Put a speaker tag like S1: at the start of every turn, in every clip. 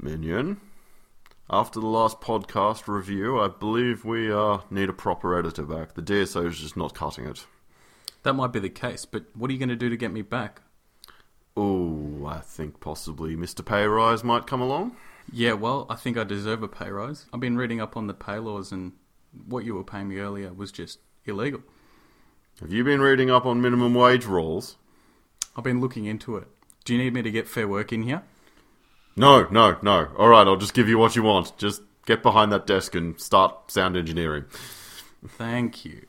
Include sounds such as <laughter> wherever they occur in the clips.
S1: Minion. After the last podcast review, I believe we uh, need a proper editor back. The DSO is just not cutting it.
S2: That might be the case, but what are you going to do to get me back?
S1: Oh, I think possibly Mr. Pay Rise might come along.
S2: Yeah, well, I think I deserve a pay rise. I've been reading up on the pay laws, and what you were paying me earlier was just illegal.
S1: Have you been reading up on minimum wage rules?
S2: I've been looking into it. Do you need me to get fair work in here?
S1: No, no, no. All right, I'll just give you what you want. Just get behind that desk and start sound engineering.
S2: Thank you.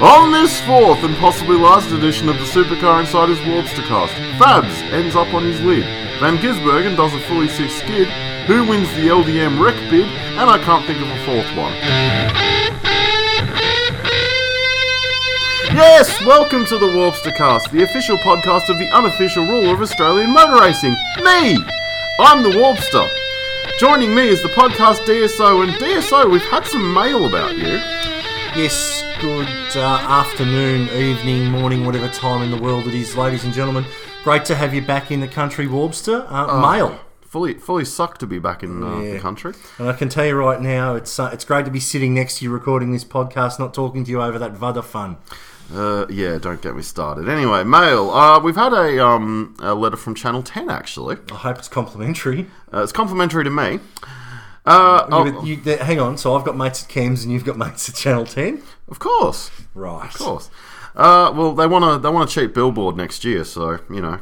S1: On this fourth and possibly last edition of the Supercar Insiders Warpstercast, Fabs ends up on his lead. Van Gisbergen does a fully six skid. Who wins the LDM wreck bid? And I can't think of a fourth one. Yes, welcome to the Warpstercast, the official podcast of the unofficial ruler of Australian motor racing, me. I'm the Warpster. Joining me is the podcast DSO, and DSO, we've had some mail about you.
S3: Yes, good uh, afternoon, evening, morning, whatever time in the world it is, ladies and gentlemen. Great to have you back in the country, Warbster. Uh, Mail.
S1: Fully, fully sucked to be back in uh, the
S3: Yeah.
S1: country.
S3: And I can tell you right now, it's uh, it's great to be sitting next to you recording this podcast, not talking to you over that Vada fun.
S1: Uh, yeah, don't get me started. Anyway, mail. Uh, we've had a um a letter from Channel Ten actually.
S3: I hope it's complimentary.
S1: Uh, it's complimentary to me. Uh,
S3: Yeah,
S1: oh,
S3: but you- there- hang on, so I've got mates at Cams and you've got <laughs> mates at Channel 10?
S1: of course,
S3: Right.
S1: of course. Uh, well, they want to they want a cheap billboard next year, so you know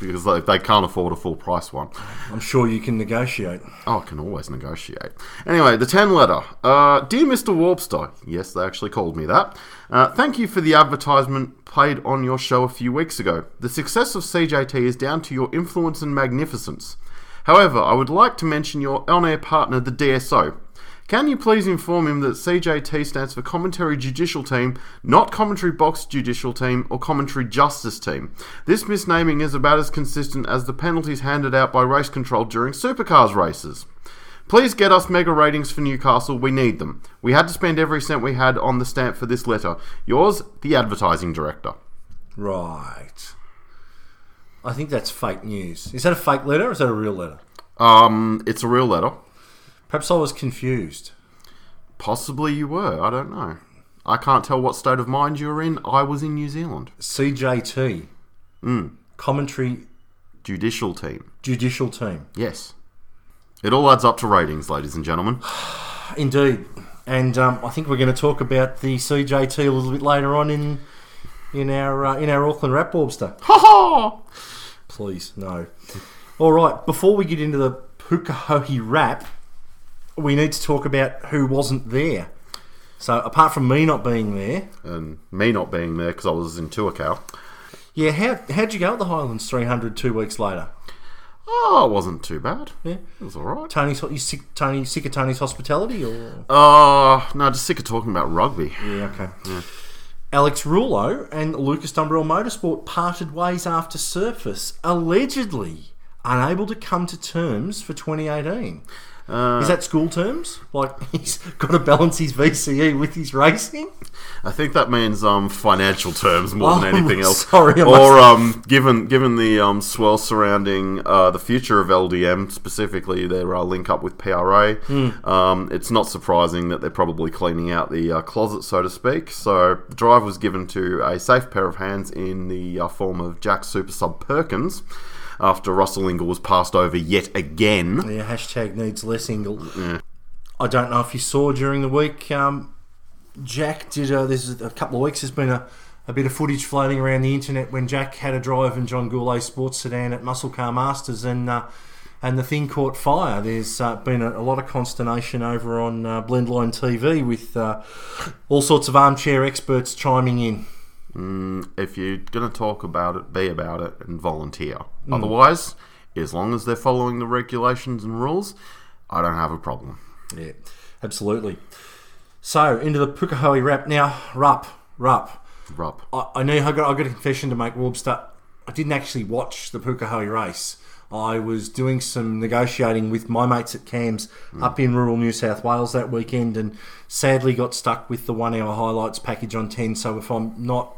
S1: because they, they can't afford a full price one.
S3: I'm sure you can negotiate.
S1: Oh, I can always negotiate. Anyway, the 10 letter. Uh, Dear Mr. Warpstar, yes, they actually called me that. Uh, thank you for the advertisement played on your show a few weeks ago. The success of CJT is down to your influence and magnificence. However, I would like to mention your on air partner, the DSO. Can you please inform him that CJT stands for Commentary Judicial Team, not Commentary Box Judicial Team or Commentary Justice Team? This misnaming is about as consistent as the penalties handed out by race control during supercars races. Please get us mega ratings for Newcastle. We need them. We had to spend every cent we had on the stamp for this letter. Yours, the advertising director.
S3: Right. I think that's fake news. Is that a fake letter or is that a real letter?
S1: Um, it's a real letter.
S3: Perhaps I was confused.
S1: Possibly you were. I don't know. I can't tell what state of mind you were in. I was in New Zealand.
S3: CJT.
S1: Mm.
S3: Commentary
S1: Judicial team.
S3: judicial team.
S1: Yes. It all adds up to ratings, ladies and gentlemen.
S3: Indeed. And um, I think we're going to talk about the CJT a little bit later on in in our uh, in our Auckland Rap Orbster.
S1: <laughs> Ha ha!
S3: Please, no. All right, before we get into the Pukahohi rap, we need to talk about who wasn't there. So apart from me not being there,
S1: And me not being there because I was in Tuakau.
S3: yeah, how how'd you go at the Highlands 300 two weeks later?
S1: Oh, it wasn't too bad.
S3: Yeah.
S1: It was alright.
S3: Tony's you sick, Tony sick of Tony's hospitality or
S1: Uh, no, just sick of talking about rugby.
S3: Yeah, okay. Alex Rulo and Lucas Dumbrell Motorsport parted ways after Surface, allegedly unable to come to terms for 2018. Is that school terms? Like <laughs> he's got to balance his VCE with his racing?
S1: I think that means um, financial terms more
S3: Oh,
S1: than anything else.
S3: sorry, I must-
S1: or um, given given the um, swell surrounding uh, the future of LDM, specifically their uh, link up with PRA,
S3: Hmm.
S1: um, it's not surprising that they're probably cleaning out the uh, closet, so to speak. So the drive was given to a safe pair of hands in the uh, form of Jack Super Sub Perkins. After Russell Ingall was passed over yet again,
S3: Yeah, hashtag needs less Ingle. I don't know if you saw during the week, um, Jack did. A, there's a couple of weeks. There's been a, a bit of footage floating around the internet when Jack had a drive in John Goulet's sports sedan at Muscle Car Masters, and uh, and the thing caught fire. There's uh, been a, a lot of consternation over on uh, Blendline TV with uh, all sorts of armchair experts chiming in.
S1: if you're going to talk about it, be about it and volunteer. Otherwise, as long as they're following the regulations and rules, I don't have a problem.
S3: Yeah, absolutely. So into the Pukahoe wrap now. Rup, rup.
S1: Rub.
S3: I, I know I got, I got a confession to make, Warbster. I didn't actually watch the Pukahoe race. I was doing some negotiating with my mates at CAMS up in rural New South Wales that weekend and sadly got stuck with the one hour highlights package on 10. So if I'm not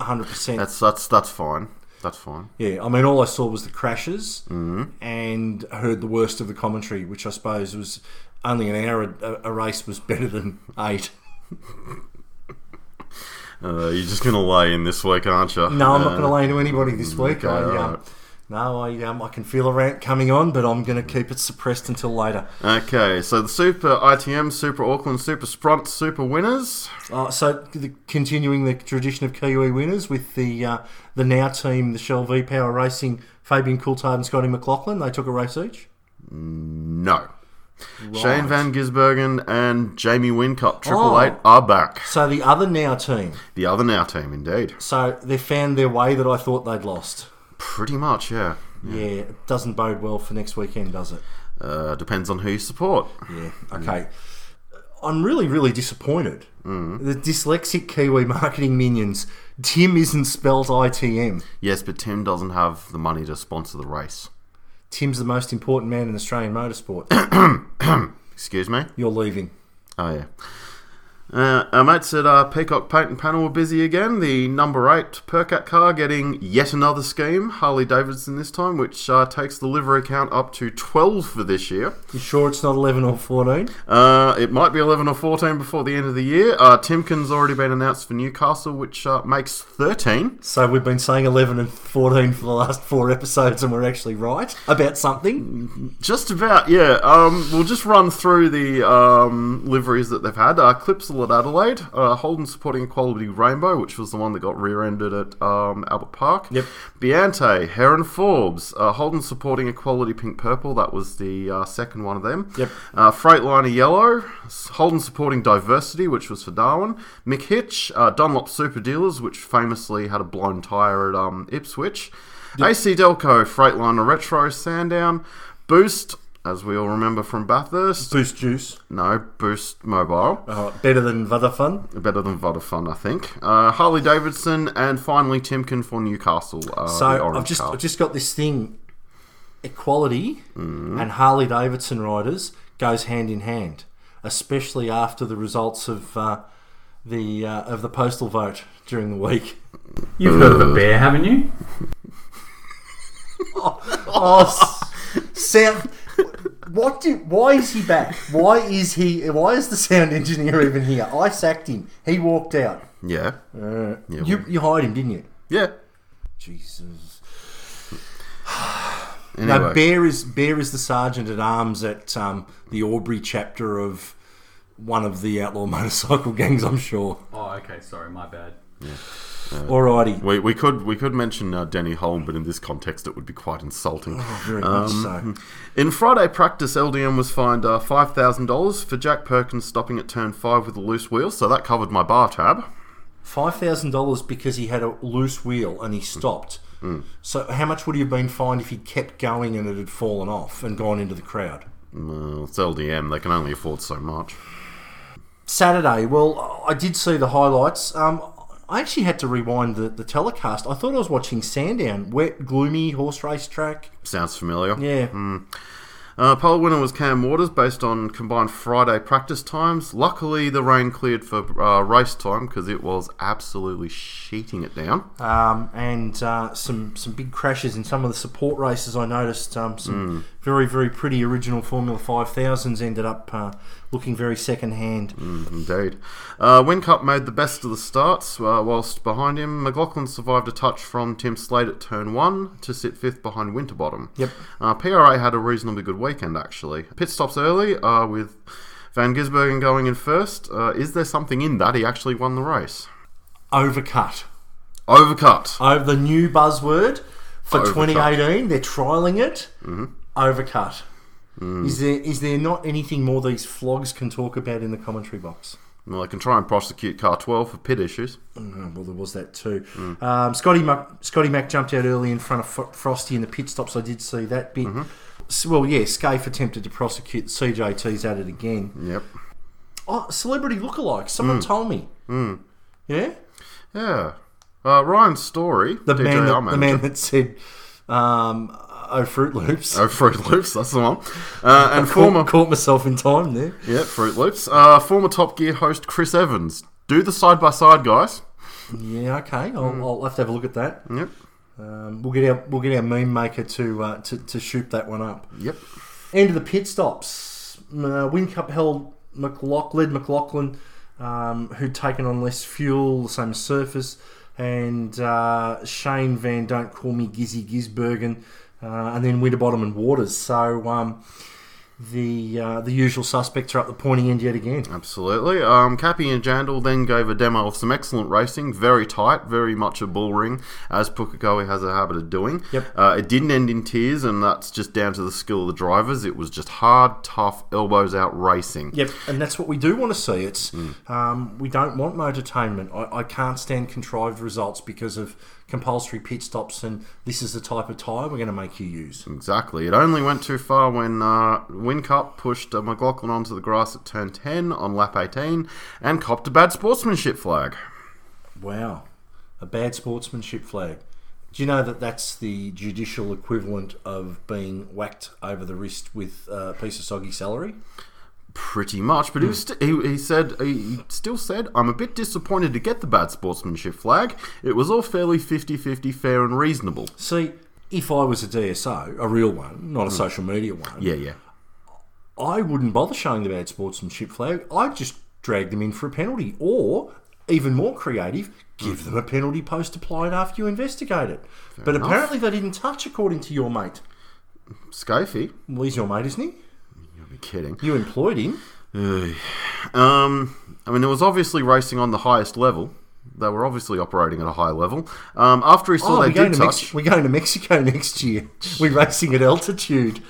S3: hundred percent.
S1: That's that's that's fine. That's fine.
S3: Yeah, I mean, all I saw was the crashes and heard the worst of the commentary, which I suppose was only an hour. A, a race was better than eight.
S1: Uh, you're just gonna lay in this week, aren't you?
S3: No, I'm
S1: Uh,
S3: not going to lay into anybody this week.
S1: okay,
S3: I,
S1: all
S3: um,
S1: right.
S3: no, I, um, I can feel a rant coming on, but I'm going to keep it suppressed until later.
S1: Uh, Okay, so the Super ITM, Super Auckland, Super Spront, Super winners.
S3: Uh, so, the, continuing the tradition of Kiwi winners with the uh, the now team, the Shell V Power Racing, Fabian Coulthard and Scotty McLaughlin, they took a race each.
S1: No. Shane Van Gisbergen and Jamie Wincup, Triple
S3: Oh.
S1: Eight, are back.
S3: So, the other now team,
S1: The other now team, indeed.
S3: so they found their way that I thought they'd lost.
S1: Pretty much, yeah.
S3: Yeah, it doesn't bode well for next weekend, does it?
S1: Uh, depends on who you support.
S3: Yeah. Okay. Mm. I'm really, really disappointed. The dyslexic Kiwi marketing minions. Tim isn't spelt ITM.
S1: Yes, but Tim doesn't have the money to sponsor the race.
S3: Tim's the most important man in Australian <coughs> motorsport.
S1: Excuse me?
S3: You're leaving.
S1: Oh, yeah. Uh, our mate said uh, Peacock Paint and Panel were busy again. The number eight Percat car getting yet another scheme, Harley Davidson this time, which uh, takes the livery count up to 12 for this year.
S3: You sure it's not 11 or 14?
S1: Uh, it might be 11 or 14 before the end of the year. Uh, Timken's already been announced for Newcastle, which uh, makes 13.
S3: So we've been saying 11 and 14 for the last four episodes, and we're actually right about something.
S1: Just about, yeah. Um, we'll just run through the um, liveries that they've had. Uh, Clipsal at Adelaide, uh, Holden supporting Equality Rainbow, which was the one that got rear-ended at um, Albert Park.
S3: Yep.
S1: Biante, Heron Forbes, uh, Holden supporting Equality Pink Purple. That was the uh, second one of them.
S3: Yep.
S1: Uh, Freightliner Yellow, S- Holden supporting Diversity, which was for Darwin. Mick Hitch, uh, Dunlop Super Dealers, which famously had a blown tyre at um, Ipswich. AC Delco, Freightliner Retro, Sandown. Boost, as we all remember from Bathurst.
S3: Boost juice.
S1: No, Boost Mobile.
S3: Uh, better than Vodafone.
S1: Better than Vodafone, I think. Uh, Harley Davidson, and finally Timken for Newcastle. Uh,
S3: So
S1: the orange
S3: I've just
S1: car.
S3: I've just got this thing. Equality
S1: Mm.
S3: and Harley Davidson riders goes hand in hand, especially after the results of uh, the uh, of the postal vote during the
S1: <laughs>
S3: week.
S2: You've heard of a bear, haven't you?
S3: Oh, s- sound. What do? Why is he back? Why is he? Why is the sound engineer even here? I sacked him. He walked out.
S1: Yeah. yeah.
S3: You you hired him, didn't you?
S1: yeah.
S3: Jesus.
S1: Anyway.
S3: No, Bear is Bear is the sergeant at arms at um, the Aubrey chapter of one of the outlaw <laughs> motorcycle gangs, I'm sure.
S2: Oh, okay. Sorry, my bad.
S3: Alrighty,
S1: We, we could we could mention uh, Denny Holm, but in this context, it would be quite insulting.
S3: very much so.
S1: In Friday practice, LDM was fined uh, five thousand dollars for Jack Perkins stopping at turn five with a loose wheel, so that covered my bar tab.
S3: Five thousand dollars because he had a loose wheel and he stopped. So how much would he have been fined if he kept going and it had fallen off and gone into the crowd?
S1: Well, it's LDM; they can only afford so much.
S3: Saturday. Well, I did see the highlights. Um, I actually had to rewind the, the telecast. I thought I was watching Sandown, wet, gloomy horse race track.
S1: Sounds familiar.
S3: Yeah,
S1: Uh, pole winner was Cam Waters based on combined Friday practice times. Luckily, the rain cleared for uh, race time because it was absolutely sheeting it down.
S3: um, and uh, some some big crashes in some of the support races. I noticed um, some very very pretty original Formula Five thousands ended up uh, looking very second hand.
S1: Indeed. Uh, Wincup made the best of the starts, uh, whilst behind him, McLaughlin survived a touch from Tim Slade at turn one to sit fifth behind Winterbottom.
S3: Yep.
S1: Uh, PRA had a reasonably good weekend, actually. Pit stops early uh, with Van Gisbergen going in first. Uh, is there something in that? He actually won the race.
S3: Overcut.
S1: Overcut.
S3: Over the new buzzword for
S1: Overcut.
S3: 2018. They're trialing it. Overcut. Is there is there not anything more these flogs can talk about in the commentary box?
S1: Well, I can try and prosecute Car 12 for pit issues.
S3: Oh, well, there was that too.
S1: Mm.
S3: Um, Scotty Mac, Scotty Mac jumped out early in front of F- Frosty in the pit stops. I did see that bit.
S1: Mm-hmm.
S3: S- Well, yeah, Scaife attempted to prosecute. CJT's at it again.
S1: Yep.
S3: Oh, celebrity lookalike. Someone
S1: Mm.
S3: told me. Yeah,
S1: Yeah. Uh, Ryan Story,
S3: the
S1: DJ
S3: man,
S1: our
S3: that, the
S1: manager.
S3: man that said, um, "Oh, Fruit Loops."
S1: Oh, Fruit Loops, that's the one. Uh, and former
S3: <laughs> Caught, caught myself in time there.
S1: Yeah, Fruit Loops. Uh, former Top Gear host Chris Evans. Do the side by side, guys.
S3: Yeah, okay. I'll,
S1: Mm.
S3: I'll have to have a look at that.
S1: Yep.
S3: Um, we'll get our we'll get our meme maker to uh, to to shoot that one up.
S1: Yep.
S3: End of the pit stops. Uh, Win Cup held McLaughlin, McLaughlin, um, who'd taken on less fuel, the same surface, and uh, Shane Van Don't Call Me Gizzy Gisbergen, uh, and then Winterbottom and Waters. So um, the uh, the usual suspects are up the pointy end yet again.
S1: Absolutely. Um, Cappy and Jandal then gave a demo of some excellent racing, very tight, very much a bull ring, as Pukekohe has a habit of doing.
S3: Yep.
S1: Uh, it didn't end in tears, and that's just down to the skill of the drivers. It was just hard, tough, elbows out racing.
S3: Yep, and that's what we do want to see. It's um, we don't want motortainment. I, I can't stand contrived results because of compulsory pit stops, and this is the type of tyre we're going to make you use.
S1: Exactly. It only went too far when uh, Wincup pushed uh, McLaughlin onto the grass at turn 10 on lap 18 and copped a bad sportsmanship flag.
S3: Wow, a bad sportsmanship flag. Do you know that that's the judicial equivalent of being whacked over the wrist with a piece of soggy celery?
S1: Pretty much, but he, was st- he, he said he he still said, "I'm a bit disappointed to get the bad sportsmanship flag. It was all fairly 50-50 fair and reasonable."
S3: See, if I was a DSO, a real one, not a social media one,
S1: Yeah, yeah,
S3: I wouldn't bother showing the bad sportsmanship flag. I'd just drag them in for a penalty, or even more creative, give them a penalty post applied after you investigate it. but
S1: enough.
S3: apparently they didn't touch, according to your mate.
S1: Scafey.
S3: Well, he's your mate, isn't he?
S1: You'll be kidding.
S3: You employed him.
S1: Um, I mean, it was obviously racing on the highest level. They were obviously operating at a high level. Um, after he
S3: Oh,
S1: saw
S3: we're,
S1: they
S3: going
S1: did
S3: to
S1: touch,
S3: Mex- we're going to Mexico <laughs> next year. We're racing at altitude.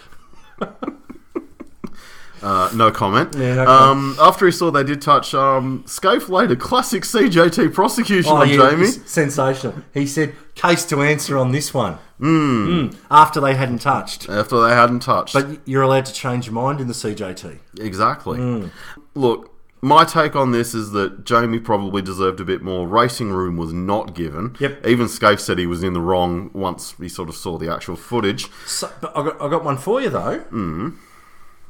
S1: Uh, no comment.
S3: Yeah, no
S1: um, after he saw they did touch, um, Scafe laid a classic CJT
S3: Oh,
S1: prosecution on Jamie.
S3: it's sensational. He said, case to answer on this one.
S1: Hmm.
S3: Mm. After they hadn't touched.
S1: After they hadn't touched.
S3: But you're allowed to change your mind in the CJT.
S1: exactly.
S3: Hmm.
S1: Look, my take on this is that Jamie probably deserved a bit more. Racing room was not given.
S3: Yep.
S1: Even Scafe said he was in the wrong once he sort of saw the actual footage.
S3: So, but I got, I got one for you though. Mm.
S1: Hmm.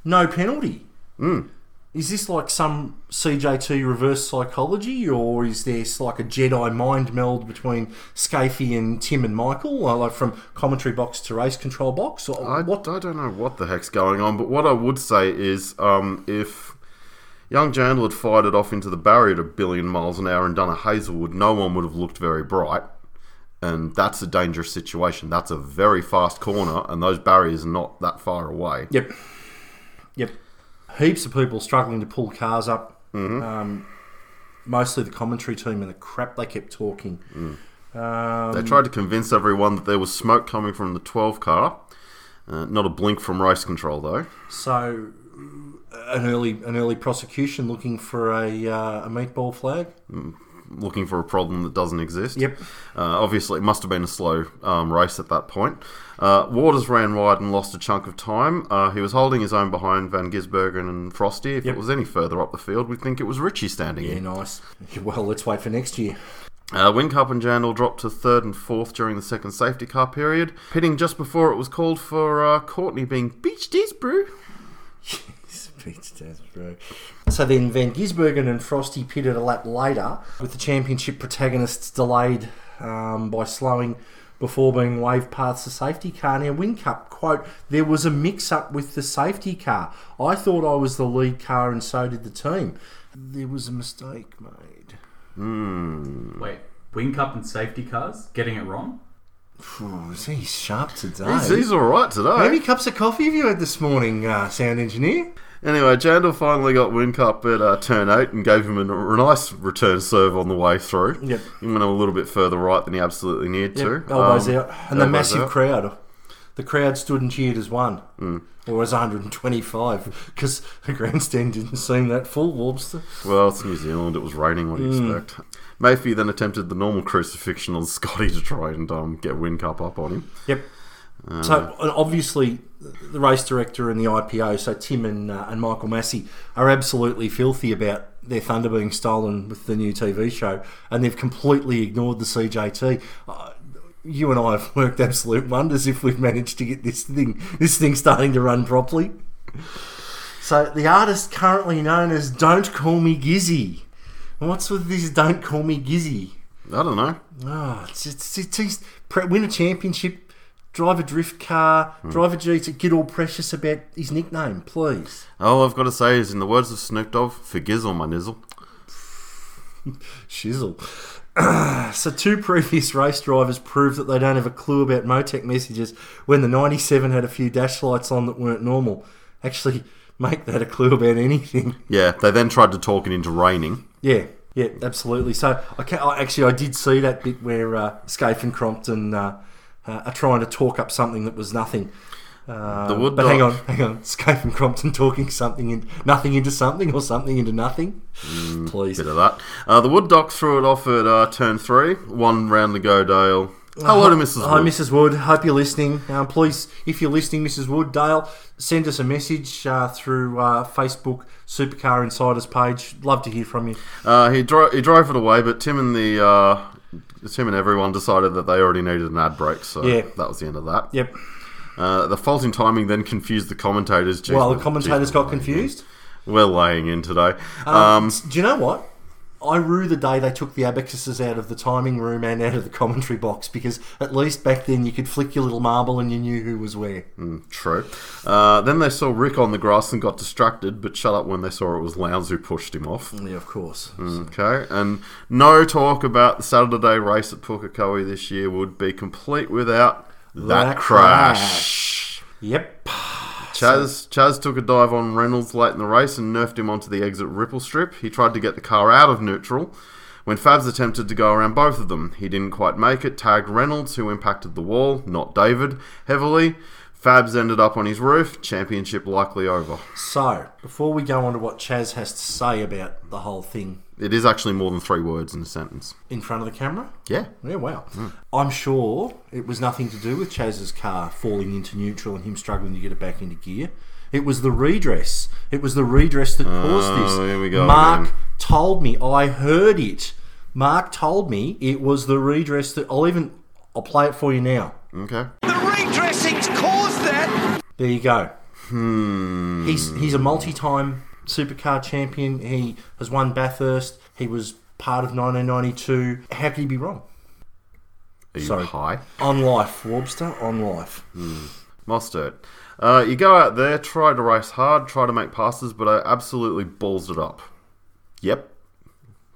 S3: No penalty. Mm. Is this like some CJT reverse psychology, or is this like a Jedi mind meld between Scafey and Tim and Michael, uh, like from commentary box to race control box? Or
S1: I,
S3: what?
S1: I don't know what the heck's going on, but what I would say is um, if young Jandal had fired it off into the barrier at a billion miles an hour and done a Hazelwood, no one would have looked very bright. And that's a dangerous situation. That's a very fast corner, and those barriers are not that far away.
S3: Yep. Yep. Heaps of people struggling to pull cars up. Um, mostly the commentary team and the crap they kept talking. Um,
S1: They tried to convince everyone that there was smoke coming from the 12 car. Uh, not a blink from race control, though.
S3: So, an early an early prosecution looking for a uh, a meatball flag.
S1: Looking for a problem that doesn't exist.
S3: Yep.
S1: Uh, obviously, it must have been a slow um, race at that point. Uh, Waters ran wide and lost a chunk of time. Uh, he was holding his own behind Van Gisbergen and Frosty. If
S3: Yep.
S1: it was any further up the field, we'd think it was Richie standing
S3: Yeah,
S1: in.
S3: nice. <laughs> Well, let's wait for next year.
S1: Uh, Wincup and Jandal dropped to third and fourth during the second safety car period, pitting just before it was called for uh, Courtney being beached his brew.
S3: Pete Stas, bro. So then Van Gisbergen and Frosty pitted a lap later, with the championship protagonists delayed um, by slowing before being waved past the safety car. Now, Wincup, quote, there was a mix up with the safety car. I thought I was the lead car and so did the team. There was a mistake made.
S2: Wait, wing cup and safety cars? Getting it wrong?
S3: Phew, is he sharp today?
S1: He's, he's all right today.
S3: How many cups of coffee have you had this morning, uh, sound engineer?
S1: Anyway, Jandal finally got Wincup at uh, turn 8 and gave him a, n- a nice return serve on the way through.
S3: Yep.
S1: He went a little bit further right than he absolutely needed to.
S3: Elbows
S1: Um,
S3: out. And the
S1: elbows
S3: massive
S1: out. Mm.
S3: crowd. The crowd stood and cheered as one. Or as 125, because the grandstand didn't seem that full, Warpster.
S1: Well, it's New Zealand. It was raining. What do you
S3: Hmm.
S1: expect? Mayfield then attempted the normal crucifixion on <laughs> Scotty to try and um, get Wincup up on him.
S3: Yep. So and obviously, the race director and the IPO, so Tim and uh, and Michael Massey, are absolutely filthy about their thunder being stolen with the new TV show, and they've completely ignored the CJT. Uh, you and I have <laughs> worked absolute wonders if we've managed to get this thing this thing starting to run properly. So the artist currently known as Don't Call Me Gizzy. What's with this Don't Call Me Gizzy?
S1: I don't know.
S3: Ah, it's, it's, it's, it's- pre- win a championship, drive a drift car, drive a G. To get all precious about his nickname, please.
S1: All I've got to say is, in the words of Snoop Dogg, forgiz all my nizzle.
S3: Shizzle. Ah, so, two previous race drivers proved that they don't have a clue about Motec messages when the 97 had a few dash lights on that weren't normal. Actually, make that a clue about anything.
S1: Yeah, they then tried to talk it into raining.
S3: Yeah, yeah, absolutely. So, I can I, actually, I did see that bit where uh, Scaife and Crompton uh, uh, are trying to talk up something that was nothing. Uh,
S1: The Wood
S3: but hang on,
S1: Dog-
S3: hang on. Scaife and Crompton talking something in, nothing into something or something into nothing.
S1: Mm,
S3: Please.
S1: Bit of that. Uh, the Wood Doc threw it off at uh, turn three. One round to go, Dale. Hello to Mrs. Wood.
S3: Hi, Mrs. Wood. Hope you're listening. Um, please, if you're listening, Mrs. Wood, Dale, send us a message uh, through uh, Facebook Supercar Insiders page. Love to hear from you.
S1: Uh, he, dro- he drove it away, but Tim and the uh, Tim and everyone decided that they already needed an ad break, so
S3: Yeah.
S1: that was the end of that.
S3: Yep.
S1: Uh, the fault in timing then confused the commentators. Jeez,
S3: well,
S1: we're-
S3: the
S1: jeez,
S3: commentators
S1: we're
S3: got
S1: laying in.
S3: confused.
S1: We're laying in today. Um,
S3: Um, do you know what? I rue the day they took the abacuses out of the timing room and out of the commentary box because at least back then you could flick your little marble and you knew who was where.
S1: Um, true. Uh, then they saw Rick on the grass and got distracted, but shut up when they saw it was Lowndes who pushed him off.
S3: Yeah, of course.
S1: Okay, and no talk about the Saturday race at Pukekohe this year would be complete without that,
S3: That
S1: crash.
S3: Yep.
S1: Chaz Chaz took a dive on Reynolds late in the race and nerfed him onto the exit ripple strip. He tried to get the car out of neutral. When Fabs attempted to go around both of them, he didn't quite make it. Tagged Reynolds, who impacted the wall, not David, heavily. Fabs ended up on his roof. Championship likely over.
S3: So, before we go on to what Chaz has to say about the whole thing
S1: It is actually more than three words in a sentence.
S3: in front of the camera,
S1: Yeah.
S3: Yeah, wow. I'm sure it was nothing to do with Chaz's car falling into neutral and him struggling to get it back into gear. It was the redress. It was the redress that caused this.
S1: Oh, here we go
S3: Mark
S1: again.
S3: told me. I heard it. Mark told me it was the redress that I'll even I'll play it for you now.
S1: Okay.
S4: The redressing's caused that.
S3: There you go. Hmm. He's he's a multi-time supercar champion. He has won Bathurst. He was part of 1992. How could he be wrong?
S1: Are you
S3: Sorry.
S1: high?
S3: On life, Warbster. On life.
S1: Mostert. Uh, you go out there, try to race hard, try to make passes, but I absolutely balls it up. Yep.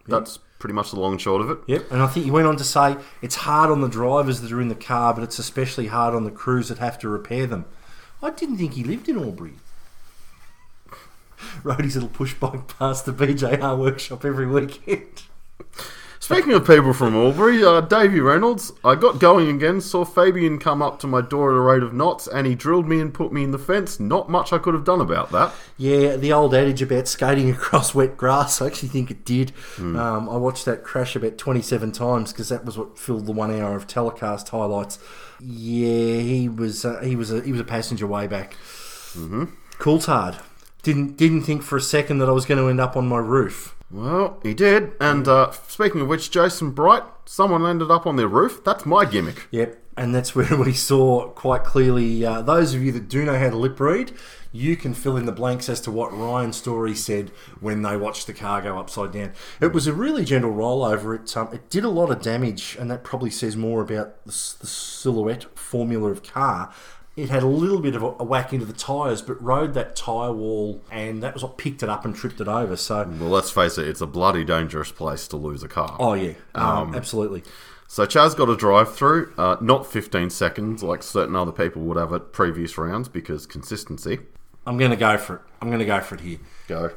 S1: That's pretty much the long and short of it.
S3: Yep, and I think he went on to say it's hard on the drivers that are in the car, but it's especially hard on the crews that have to repair them. I didn't think he lived in <laughs> Albury. Rode his little push bike past the BJR workshop every weekend. <laughs>
S1: Speaking of people from Albury, uh, Davy Reynolds, I got going again, saw Fabian come up to my door at a rate of knots, and he drilled me and put me in the fence. Not much I could have done about that.
S3: Yeah, the old adage about skating <laughs> across wet grass, I actually think it did. Um, I watched that crash about 27 times because that was what filled the one hour of telecast highlights. Yeah, he was uh, he was a, he was a passenger way back. Mm-hmm. Coulthard didn't didn't think for a second that I was going to end up on my roof.
S1: Well, he did. And uh, speaking of which, Jason Bright, someone ended up on their roof. That's my gimmick.
S3: Yep, and that's <laughs> where we saw quite clearly. Uh, those of you that do know how to lip read, you can fill in the blanks as to what Ryan Story said when they watched the car go upside down. It was a really gentle rollover. It um, it did a lot of damage, and that probably says more about the, s- the silhouette formula of car. It had a little bit of a, a whack into the tyres, but rode that tyre wall, and that was what picked it up and tripped it over. So,
S1: Well, let's face it, it's a bloody dangerous place to lose a car.
S3: oh yeah, um, absolutely.
S1: So Chaz got a drive through, uh, not 15 seconds like certain other people would have at previous rounds because consistency.
S3: I'm going to go for it. I'm going to go for it here.
S1: Go.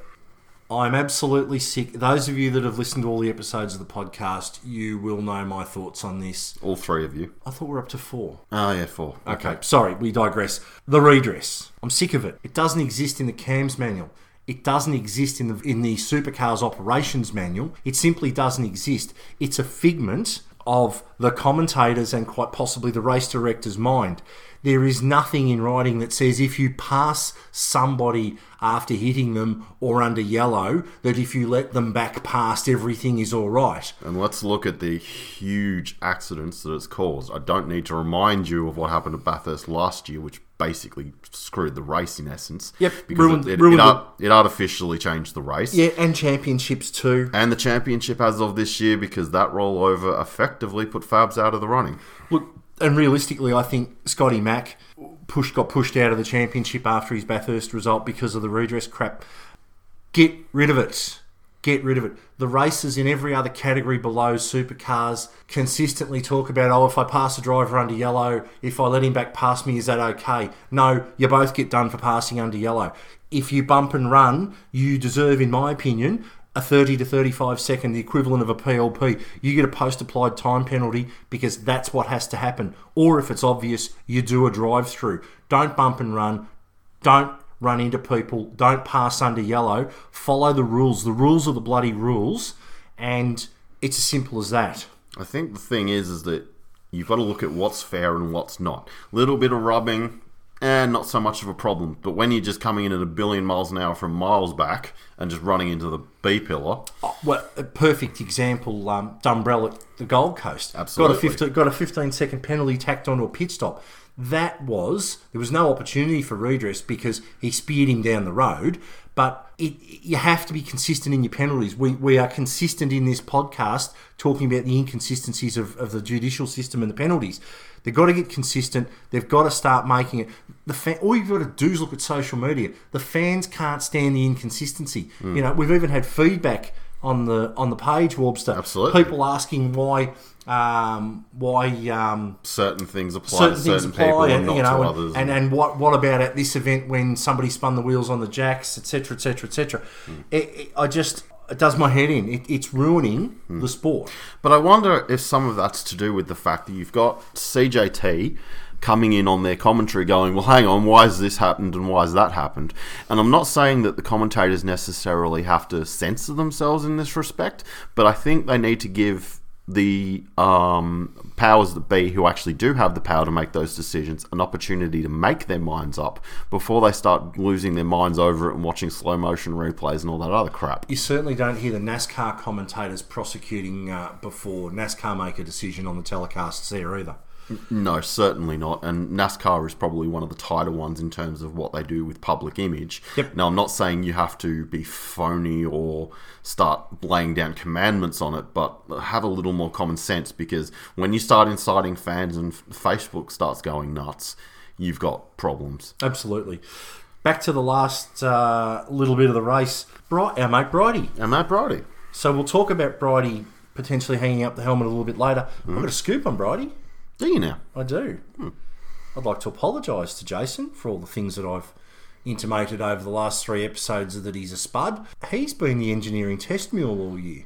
S3: I'm absolutely sick. Those of you that have listened to all the episodes of the podcast, you will know my thoughts on this.
S1: All three of you.
S3: I thought we're up to Ah, four.
S1: Oh, yeah, four.
S3: Okay, sorry, we digress. The redress. I'm sick of it. It doesn't exist in the CAMS manual. It doesn't exist in the in the supercars operations manual. It simply doesn't exist. It's a figment of the commentators and quite possibly the race director's mind. There is nothing in writing that says if you pass somebody after hitting them or under yellow, that if you let them back past, everything is all right.
S1: And let's look at the huge accidents that it's caused. I don't need to remind you of what happened at Bathurst last year, which basically screwed the race in essence.
S3: Yep,
S1: because
S3: ruined-
S1: it, it,
S3: ruined
S1: it, ar- it artificially changed the race.
S3: Yeah, and championships too.
S1: And the championship as of this year, because that rollover effectively put Fabs out of the running.
S3: Look, and realistically, I think Scotty Mack push got pushed out of the championship after his Bathurst result because of the redress crap. Get rid of it. Get rid of it. The races in every other category below supercars consistently talk about, oh, if I pass a driver under yellow, if I let him back past me, is that okay? No, you both get done for passing under yellow. If you bump and run, you deserve, in my opinion, a 30 to 35 second, the equivalent of a PLP, you get a post applied time penalty because that's what has to happen. Or if it's obvious, you do a drive through. Don't bump and run. Don't run into people. Don't pass under yellow. Follow the rules. The rules are the bloody rules. And it's as simple as that.
S1: I think the thing is, is that you've got to look at what's fair and what's not. Little bit of rubbing, and not so much of a problem. But when you're just coming in at a billion miles an hour from miles back and just running into the B pillar,
S3: Well, a perfect example, um, Dumbrell at the Gold Coast.
S1: Absolutely.
S3: Got a, 15, got a 15 second penalty tacked onto a pit stop. That was, there was no opportunity for redress because he speared him down the road. But it, you have to be consistent in your penalties. We, we are consistent in this podcast talking about the inconsistencies of, of the judicial system and the penalties. They've got to get consistent. They've got to start making it. The fan, all you've got to do is look at social media. The fans can't stand the inconsistency. You know, we've even had feedback on the on the page, Warbster.
S1: Absolutely.
S3: people asking why um, why um,
S1: certain things apply
S3: certain
S1: to
S3: things
S1: certain people
S3: apply,
S1: and,
S3: and
S1: not
S3: you
S1: to
S3: know,
S1: others.
S3: and, and, and what what about at this event when somebody spun the wheels on the jacks, etc., etc., etc.
S1: Hmm.
S3: It- it- I just it does my head in. It, it's ruining
S1: Hmm.
S3: the sport.
S1: But I wonder if some of that's to do with the fact that you've got CJT coming in on their commentary going, well, hang on, why has this happened and why has that happened? And I'm not saying that the commentators necessarily have to censor themselves in this respect, but I think they need to give the um, powers that be who actually do have the power to make those decisions an opportunity to make their minds up before they start losing their minds over it and watching slow motion replays and all that other crap.
S3: You certainly don't hear the NASCAR commentators prosecuting uh, before NASCAR make a decision on the telecasts there either.
S1: No, certainly not. And NASCAR is probably one of the tighter ones in terms of what they do with public image.
S3: Yep.
S1: Now, I'm not saying you have to be phony or start laying down commandments on it, but have a little more common sense because when you start inciting fans and Facebook starts going nuts, you've got problems.
S3: Absolutely. Back to the last uh, little bit of the race, Bright, our mate Brighty.
S1: And Matt Brody.
S3: So we'll talk about Brighty potentially hanging up the helmet a little bit later. I've got a scoop on Brighty.
S1: Do you now?
S3: I do. I'd like to apologise to Jason for all the things that I've intimated over the last three episodes that he's a spud. He's been the engineering test mule all year,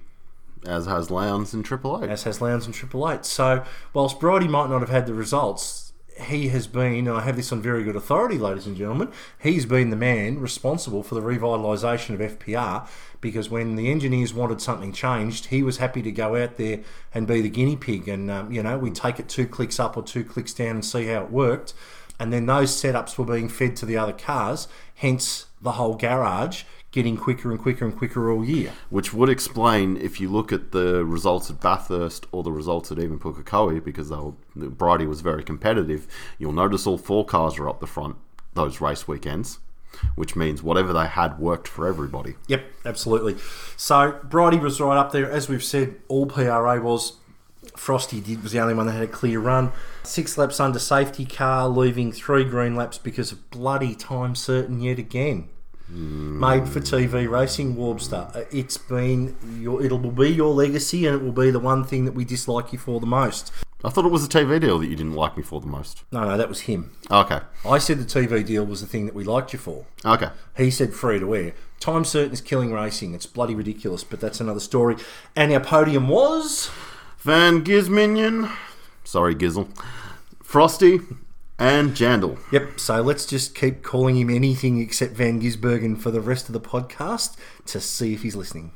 S1: As has Lowndes and Triple H.
S3: as has Lowndes and Triple Eight. So, whilst Bridie might not have had the results, he has been, and I have this on very good authority, ladies and gentlemen, he's been the man responsible for the revitalisation of FPR because when the engineers wanted something changed, he was happy to go out there and be the guinea pig. And, um, you know, we take it two clicks up or two clicks down and see how it worked and then those setups were being fed to the other cars, hence the whole garage getting quicker and quicker and quicker all year.
S1: Which would explain if you look at the results at Bathurst or the results at even Pukekohe, because they were, Bridie was very competitive. You'll notice all four cars are up the front those race weekends, which means whatever they had worked for everybody.
S3: Yep, absolutely. So Bridie was right up there. As we've said, all PRA was. Frosty did was the only one that had a clear run. Six laps under safety car, leaving three green laps because of bloody time certain yet again. Made for TV racing, Warbster. Uh, It's been your, it'll be your legacy, and it will be the one thing that we dislike you for the most.
S1: I thought it was a TV deal that you didn't like me for the most.
S3: No, no, that was him.
S1: Okay,
S3: I said the TV deal was the thing that we liked you for.
S1: okay.
S3: He said free to wear. Time certain is killing racing. It's bloody ridiculous, but that's another story. And our podium was
S1: Van Gizminion, sorry Gizzle, Frosty, and Jandal.
S3: yep. So let's just keep calling him anything except Van Gisbergen for the rest of the podcast to see if he's listening.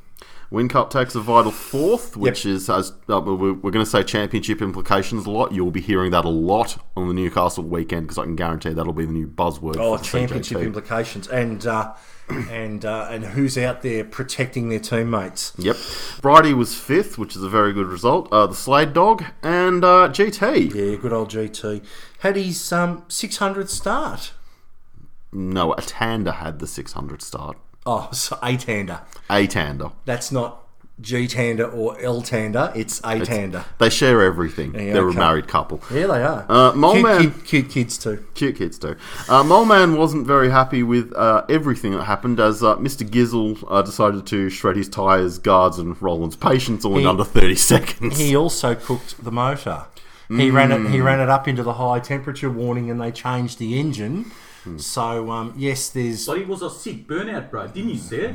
S1: Win Cup takes a vital fourth, which is as uh, we're, we're going to say championship implications a lot. You'll be hearing that a lot on the Newcastle weekend because I can guarantee that'll be the new buzzword.
S3: Oh,
S1: for
S3: championship
S1: CJT.
S3: implications and uh, <clears throat> and uh, and who's out there protecting their teammates?
S1: Yep. Brady was fifth, which is a very good result. Uh, the Slade Dog and uh, GT.
S3: Yeah, good old GT had his um, 600th start.
S1: No, Atanda had the 600 start.
S3: Oh, <laughs> so eight-hander.
S1: Atanda.
S3: That's not G-tander or L-tander. It's eight-hander.
S1: They share everything.
S3: Yeah,
S1: They're a
S3: okay.
S1: married couple.
S3: Yeah, they are.
S1: Uh, Mole
S3: cute,
S1: Man-
S3: cute, cute kids too.
S1: Cute kids do. Uh, Mole Man wasn't very happy with uh, everything that happened as uh, Mr. Gizzle uh, decided to shred his tyres, guards, and Roland's patience all in
S3: He-
S1: under 30 seconds.
S3: He also cooked the motor. He ran it.
S1: Mm.
S3: He ran it up into the high temperature warning, and they changed the engine.
S1: Hmm.
S3: So um, yes, there's
S5: But it was a sick burnout, bro. Didn't you say?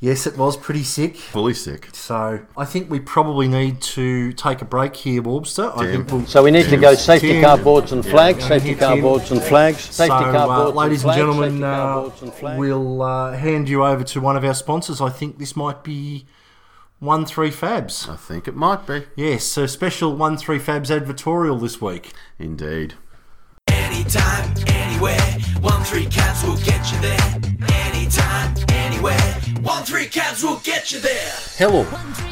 S3: yes, it was pretty sick.
S1: Fully sick.
S3: So I think we probably need to take a break here, Warbster. I think we'll
S6: So we need to go safety
S3: Tim.
S6: car boards and flags,
S3: Yeah,
S6: safety
S3: Tim.
S6: car boards and flags,
S3: So,
S6: safety car
S3: uh,
S6: boards
S3: ladies
S6: and
S3: and
S6: flags, safety
S3: gentlemen,
S6: car
S3: uh,
S6: boards and flags.
S3: we'll uh, hand you over to one of our sponsors. I think this might be One Three Fabs.
S1: I think it might be.
S3: Yes, so special One Three Fabs advertorial this week.
S1: Indeed.
S7: Anytime, anywhere, one three cabs will get you there. Anytime, anywhere, one three cabs will get you there.
S8: Hello,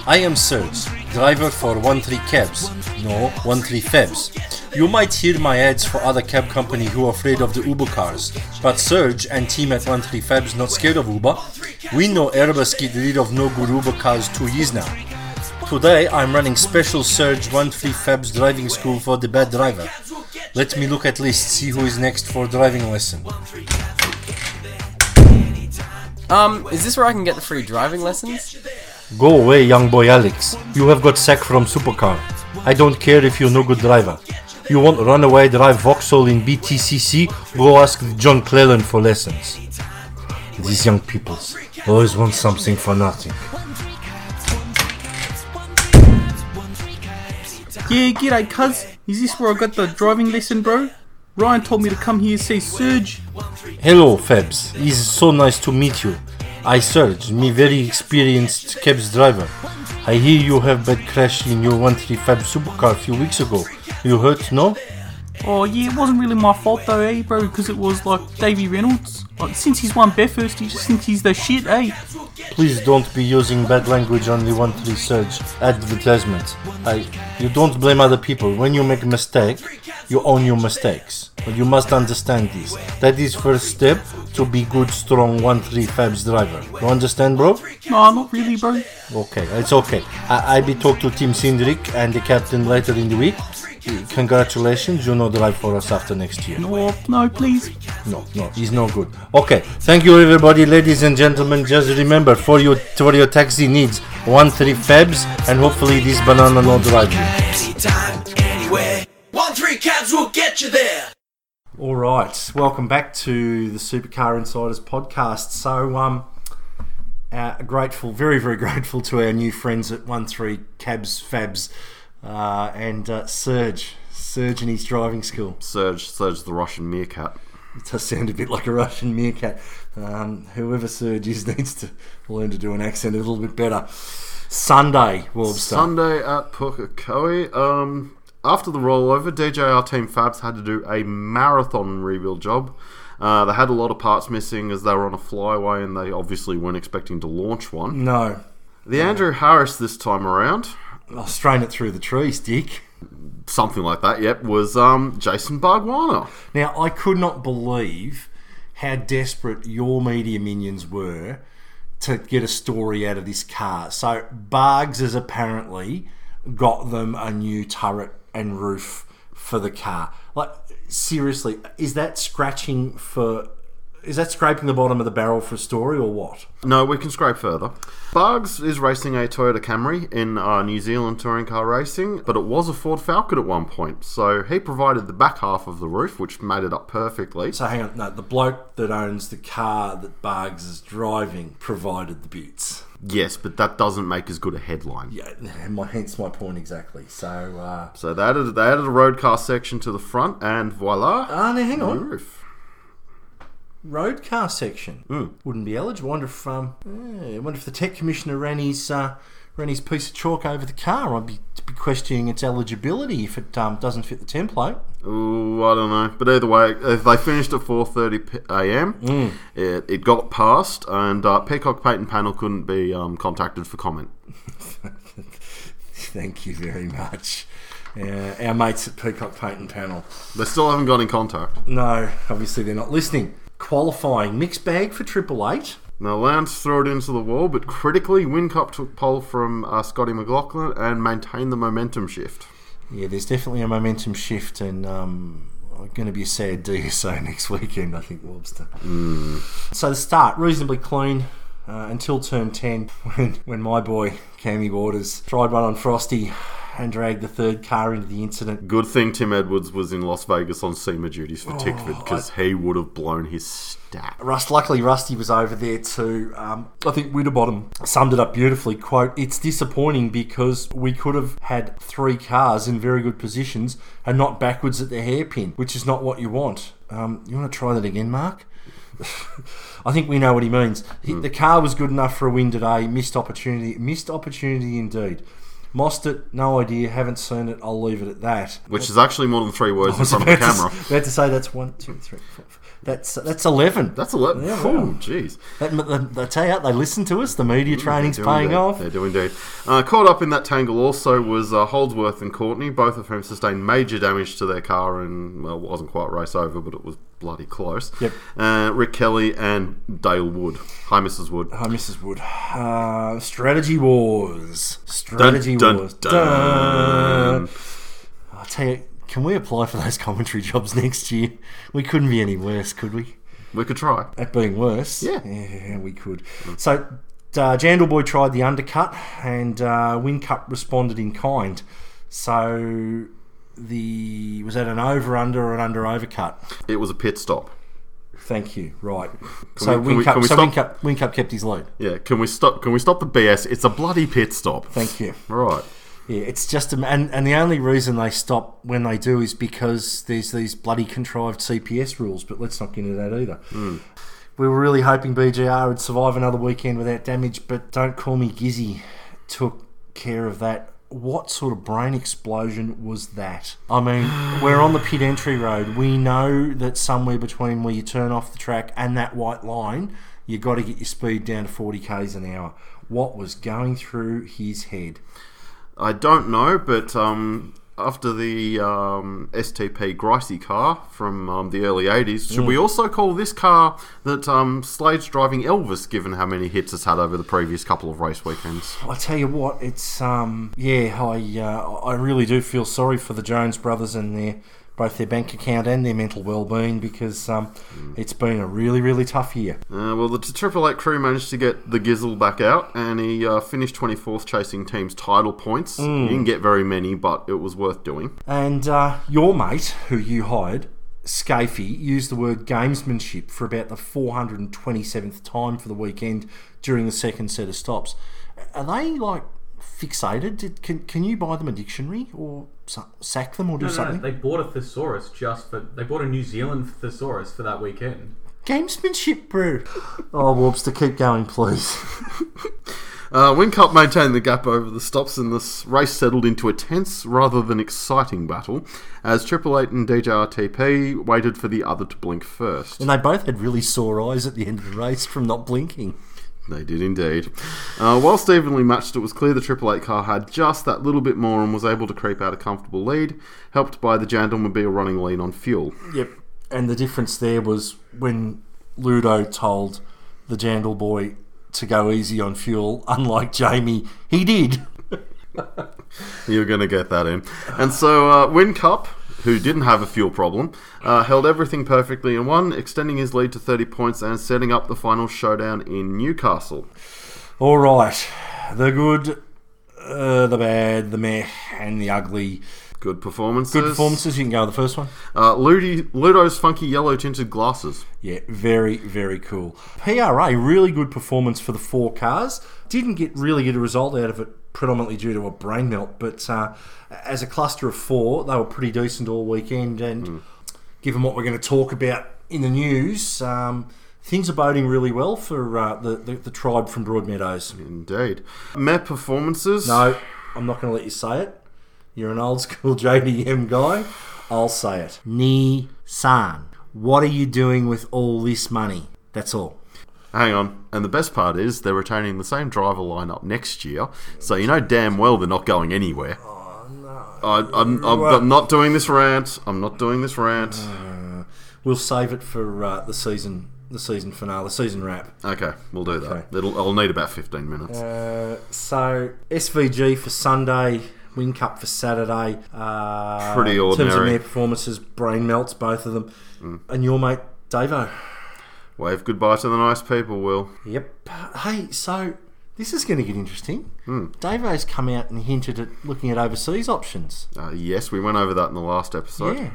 S8: I am Serge, driver for 13 Cabs. No, 13 Fabs. You might hear my ads for other cab company who are afraid of the Uber cars, but Serge and team at 13 Fabs not scared of Uber. We know Airbus get rid of no good Uber cars two years now. Today I'm running special Surge 13 Fabs driving school for the bad driver. Let me look at list, see who is next for driving lesson.
S9: Um, is this where I can get the free driving lessons?
S8: Go away, young boy Alex. You have got sacked from Supercar. I don't care if you're no good driver. You want runaway drive Vauxhall in BTCC? Go ask John Cleland for lessons. These young peoples always want something for nothing.
S2: Yeah, g'day, cuz. Is this where I got the driving lesson, bro? Ryan told me to come here and see Surge.
S8: Hello, Fabs. It's so nice to meet you. I Serge, me very experienced cabs driver. I hear you have bad crash in your 13 Fab Supercar a few weeks ago. You hurt, no?
S2: Oh, yeah, it wasn't really my fault though, eh, bro? Because it was like Davy Reynolds. Like, since he's won Bathurst, he just thinks he's the shit, eh?
S8: Please don't be using bad language on the one three search advertisement. I, you don't blame other people. When you make a mistake, you own your mistakes. But you must understand this. That is first step to be good, strong one three fabs driver. You understand, bro?
S2: Nah, not really, bro.
S8: Okay, it's okay. I, I be talk to Tim Sindrick and the captain later in the week. Congratulations, you know drive for us after next year.
S2: Oh, no, please.
S8: No, no, he's no good. Okay, thank you everybody, ladies and gentlemen. Just remember for your for your taxi needs one three fabs, and hopefully this banana not drive you.
S7: Anytime, anywhere, one three cabs will get you there.
S3: All right, welcome back to the Supercar Insiders podcast. So, um, uh, grateful, very, very grateful to our new friends at One Three Cabs Fabs uh, and uh, Serge, Serge and his driving school.
S1: Surge, Surge the Russian meerkat.
S3: It does sound a bit like a Russian meerkat. Um, whoever Serge is needs to learn to do an accent a little bit better. Sunday, Warbstar.
S1: Sunday at Pukekohe. Um, after the rollover, DJR Team Fabs had to do a marathon rebuild job. Uh, they had a lot of parts missing as they were on a flyway and they obviously weren't expecting to launch one.
S3: no,
S1: The Andrew Harris this time around,
S3: I'll strain it through the trees, Dick.
S1: something like that, yep, was um, Jason Barguana.
S3: Now, I could not believe how desperate your media minions were to get a story out of this car. So, Bargs has apparently got them a new turret and roof for the car. Like, seriously, is that scratching for. Is that scraping the bottom of the barrel for a story or what?
S1: No, we can scrape further. Bargs is racing a Toyota Camry in uh, New Zealand touring car racing, but it was a Ford Falcon at one point, so he provided the back half of the roof, which made it up perfectly.
S3: So hang on, no, the bloke that owns the car that Bargs is driving provided the bits.
S1: Yes, but that doesn't make as good a headline.
S3: Yeah, <laughs> my, hence my point exactly. So, uh,
S1: So they added, they
S3: Uh,
S1: added a road car section to the front, and voila,
S3: ah, now hang
S1: new
S3: on.
S1: roof.
S3: road car section wouldn't be eligible. I wonder if um, yeah, I wonder if the tech commissioner ran his uh, ran his piece of chalk over the car. I'd be, be questioning its eligibility if it um, doesn't fit the template.
S1: Ooh, I don't know. But either way, if they finished at 4.30 p- a.m.,
S3: Mm.
S1: it, it got passed, and uh, Peacock Patent Panel couldn't be um, contacted for comment.
S3: <laughs> Thank you very much. Yeah, our mates at Peacock Paint and Panel.
S1: They still haven't got in contact.
S3: No, obviously they're not listening. Qualifying mixed bag for Triple Eight.
S1: Now, Lance threw it into the wall, but critically, Wincup took pole from uh, Scotty McLaughlin and maintained the momentum shift.
S3: Yeah, there's definitely a momentum shift, and um, going to be a sad <laughs> DSO next weekend, I think, Wobster. So the start reasonably clean uh, until turn ten, <laughs> when when my boy Cammy Waters tried one on Frosty and dragged the third car into the incident.
S1: Good thing Tim Edwards was in Las Vegas on SEMA duties for
S3: Oh,
S1: Tickford, because he would have blown his stack.
S3: Rust, luckily, Rusty was over there too. Um, I think Winterbottom summed it up beautifully. "Quote: It's disappointing because we could have had three cars in very good positions and not backwards at the hairpin, which is not what you want. Um, you want to try that again, Mark? <laughs> I think we know what he means. He,
S1: Hmm.
S3: The car was good enough for a win today. Missed opportunity. Missed opportunity indeed. Mossed it. No idea. Haven't seen it. I'll leave it at that.
S1: Which is actually more than three words in
S3: was
S1: front of the
S3: <laughs> about to-
S1: camera.
S3: about to say that's one, two, three, four. five. That's that's eleven.
S1: That's a lot.
S3: Yeah,
S1: oh,
S3: wow.
S1: jeez.
S3: That, that, I tell you, they listen to us. The media
S1: Mm,
S3: training's
S1: They do
S3: paying
S1: indeed.
S3: off.
S1: They do indeed. Uh, caught up in that tangle also was uh, Holdsworth and Courtney, both of whom sustained major damage to their car and, well, it wasn't quite race over, but it was bloody close.
S3: Yep.
S1: Uh, Rick Kelly and Dale Wood. Hi, Mrs. Wood.
S3: Hi, Mrs. Wood. Uh, strategy wars. Strategy
S1: Dun, dun,
S3: wars.
S1: dun.
S3: Dun. I tell you, can we apply for those commentary <laughs> jobs next year? We couldn't be any worse, could we?
S1: We could try.
S3: At being worse.
S1: Yeah. Mm.
S3: Yeah, we could. So, uh, Jandalboy tried the undercut, and uh, Wincup responded in kind. So, the was that an over under or an under overcut?
S1: It was a pit stop.
S3: Thank you. Right. so
S1: we- can we-
S3: Wincup,
S1: can we
S3: so
S1: stop?
S3: Wincup, Wincup kept his lead.
S1: Yeah, can we stop? Can we stop the BS? It's a bloody pit stop.
S3: Thank you.
S1: Right.
S3: Yeah, it's just a, and and the only reason they stop when they do is because there's these bloody contrived CPS rules. But let's not get into that either. We were really hoping BGR would survive another weekend without damage, but don't call me Gizzy. Took care of that. What sort of brain explosion was that? I mean, we're on the pit entry road. We know that somewhere between where you turn off the track and that white line, you got to get your speed down to 40 k's an hour. What was going through his head?
S1: I don't know, but um, after the um, STP Gricey car from um, the early 80s, should we also call this car that um, Slade's driving Elvis, given how many hits it's had over the previous couple of race weekends?
S3: I tell you what, it's um, yeah, I uh, I really do feel sorry for the Jones brothers and their both their bank account and their mental well-being because um,
S5: Mm.
S3: it's been a really really tough year.
S1: Uh, well, the Triple Eight crew managed to get the Gizzle back out, and he uh, finished 24th, chasing team's title points. He didn't get very many, but it was worth doing.
S3: And uh, your mate, who you hired, Scafey, used the word gamesmanship for about the 427th time for the weekend during the second set of stops. Are they like fixated? Did, can can you buy them a dictionary or sa- sack them or do
S5: No, no,
S3: something?
S5: no, Uh, they bought a thesaurus just for. They bought a New Zealand thesaurus for that weekend.
S3: Gamesmanship, bro. <laughs> Oh, whoops! To keep going, please. <laughs>
S1: Uh, Wincup maintained the gap over the stops, and this race settled into a tense rather than exciting battle as Triple Eight and DJRTP waited for the other to blink first.
S3: And they both had really sore eyes at the end of the race from not blinking.
S1: They did indeed. Uh, whilst evenly matched, it was clear the Triple Eight car had just that little bit more and was able to creep out a comfortable lead, helped by the Jandalmobile running lean on fuel.
S3: Yep. And the difference there was when Ludo told the Jandal boy to go easy on fuel, <laughs> unlike Jamie, he did.
S1: You're going to get that in. And so uh, Wincup, who didn't have a fuel problem, uh, held everything perfectly and won, extending his lead to 30 points and setting up the final showdown in Newcastle.
S3: All right. The good, uh, the bad, the meh, and the ugly.
S1: Good performances.
S3: Good performances. You can go with the first one.
S1: Uh, Ludi, Ludo's funky yellow tinted glasses.
S3: Yeah, very, very cool. PRA, really good performance for the four cars. Didn't get really get a result out of it, predominantly due to a brain melt. But uh, as a cluster of four, they were pretty decent all weekend. And given what we're going to talk about in the news, um, things are boding really well for uh, the, the the tribe from Broadmeadows.
S1: Indeed. Met performances.
S3: No, I'm not going to let you say it. You're an old school <laughs> JDM guy. I'll say it. Nissan. What are you doing with all this money? That's all.
S1: Hang on. And the best part is they're retaining the same driver lineup next year, so you know damn well they're not going anywhere. Oh, no. I, I'm, I'm, I'm not doing this rant. I'm not doing this rant.
S3: We'll save it for uh, the season, the season finale, the season wrap.
S1: Okay, we'll do that.
S3: Okay.
S1: It'll, I'll need about 15 minutes.
S3: Uh, so SVG for Sunday, Win Cup for Saturday. Uh,
S1: Pretty
S3: In terms of
S1: ordinary.
S3: their performances, brain melts both of them. And your mate Davo.
S1: Wave goodbye to the nice people, Will.
S3: Yep. Hey, so this is going to get interesting. Davo's come out and hinted at looking at overseas options.
S1: Uh, yes, we went over that in the last episode.
S3: Yeah,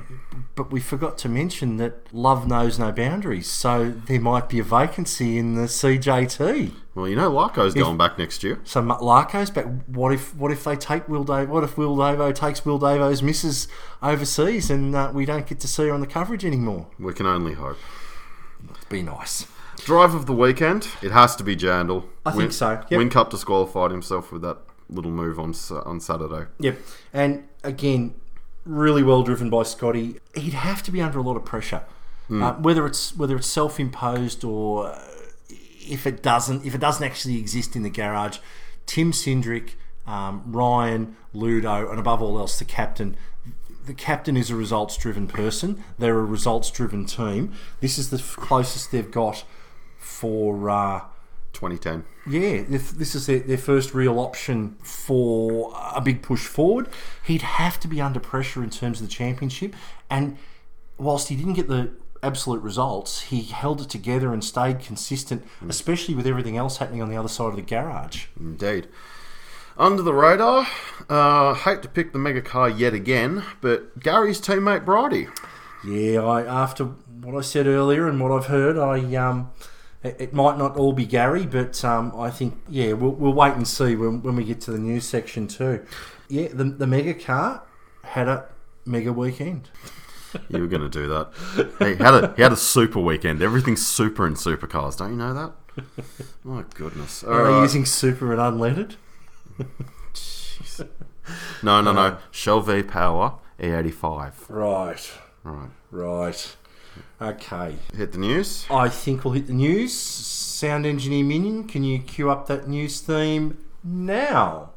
S3: but we forgot to mention that love knows no boundaries, so there might be a vacancy in the CJT.
S1: Well, you know, Larko's going back next year.
S3: So Ma- Larko's, but what if what if they take Will Davo? What if Will Davo takes Will Davo's missus overseas, and uh, we don't get to see her on the coverage anymore?
S1: We can only hope.
S3: Be nice.
S1: Drive of the weekend. It has to be Jandal.
S3: I think so, yep.
S1: Win Cup disqualified himself with that little move on Sa- on Saturday.
S3: Yep. And again, really well driven by Scotty. He'd have to be under a lot of pressure, uh, whether it's whether it's self imposed or uh, if it doesn't if it doesn't actually exist in the garage. Tim Sindrick, um, Ryan Ludo, and above all else, the captain. The captain is a results driven person. They're a results driven team. This is the f- closest they've got for. Uh,
S1: 2010.
S3: yeah, if this is their, their first real option for a big push forward. He'd have to be under pressure in terms of the championship. And whilst he didn't get the absolute results, he held it together and stayed consistent, especially with everything else happening on the other side of the garage.
S1: Indeed. Under the radar, uh, hate to pick the mega car yet again, but Gary's teammate Brady.
S3: Yeah, I, after what I said earlier and what I've heard, I um, it, it might not all be Gary, but um, I think yeah, we'll, we'll wait and see when, when we get to the news section too. Yeah, the, the mega car had a mega weekend.
S1: You were going to do that. He had a he had a super weekend. Everything's super in supercars. Don't you know that? My goodness. All
S3: Are they
S1: right.
S3: using super and unleaded?
S1: no, no, no. Shell V Power E E85.
S3: Right,
S1: Right.
S3: right. Okay,
S1: Hit the news.
S3: I think we'll hit the news. Sound engineer Minion, can you cue up that news theme now?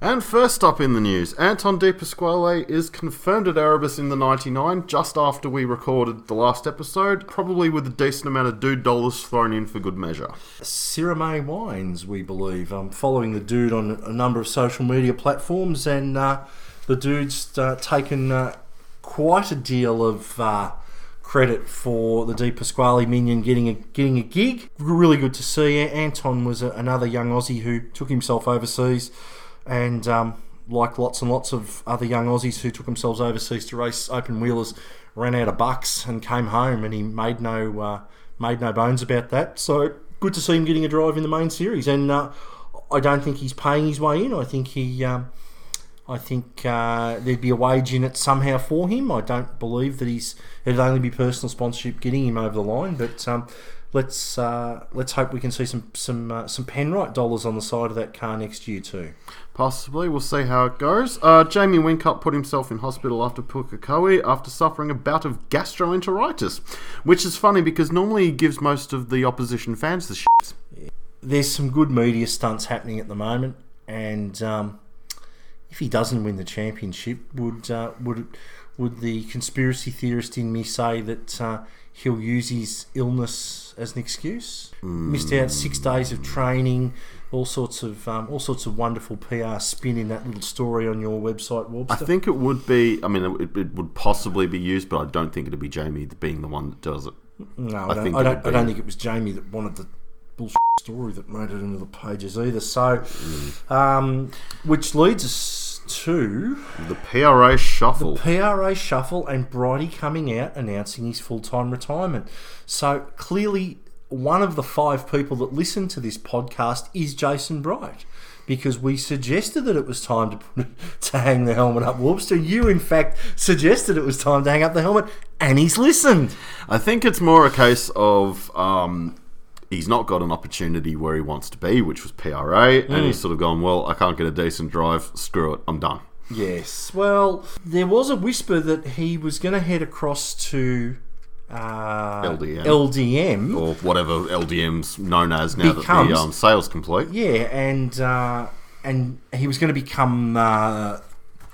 S1: And first up in the news, Anton De Pasquale is confirmed at Erebus in the 99 just after we recorded the last episode, probably with a decent amount of dude dollars thrown in for good measure.
S3: Cirame Wines, we believe. I'm following the dude on a number of social media platforms, and uh, the dude's uh, taken uh, quite a deal of uh, credit for the Di Pasquale minion getting a getting a gig. Really good to see. Anton was a, another young Aussie who took himself overseas, and um, like lots and lots of other young Aussies who took themselves overseas to race open wheelers, ran out of bucks and came home, and he made no uh, made no bones about that. So good to see him getting a drive in the main series, and uh, I don't think he's paying his way in. I think he. Um, I think uh, there'd be a wage in it somehow for him. I don't believe that he's. It'd only be personal sponsorship getting him over the line, but um, let's uh, let's hope we can see some some uh, some Penrite dollars on the side of that car next year too.
S1: Possibly, we'll see how it goes. Uh, Jamie Wincup put himself in hospital after Pukekohe after suffering a bout of gastroenteritis, which is funny because normally he gives most of the opposition fans the shits.
S3: there's some good media stunts happening at the moment, and um, if he doesn't win the championship, would uh, would would the conspiracy theorist in me say that uh, he'll use his illness as an excuse? Missed out six days of training, all sorts of um, all sorts of wonderful PR spin in that little story on your website,
S1: I
S3: Warpster.
S1: think it would be. I mean, it, it would possibly be used, but I don't think it'd be Jamie being the one that does it.
S3: No, I don't. I,
S1: think it would
S3: don't, I
S1: be-
S3: don't think it was Jamie that wanted the bullshit story that made it into the pages either. So,
S1: Mm.
S3: um, which leads us to
S1: The PRA shuffle.
S3: PRA shuffle and Bridie coming out announcing his full time retirement. So clearly, one of the five people that listen to this podcast is Jason Bright. because we suggested that it was time to put, <laughs> to hang the helmet up. Warpster, you in fact suggested it was time to hang up the helmet, and he's listened.
S1: I think it's more a case of um, he's not got an opportunity where he wants to be, which was PRA, and he's sort of gone, well, I can't get a decent drive. Screw it, I'm done.
S3: Yes. Well, there was a whisper that he was going to head across to uh,
S1: LDM.
S3: LDM.
S1: Or whatever LDM's known as now that
S3: Becomes-
S1: the um, sale's complete.
S3: Yeah, and uh, and he was going to become uh,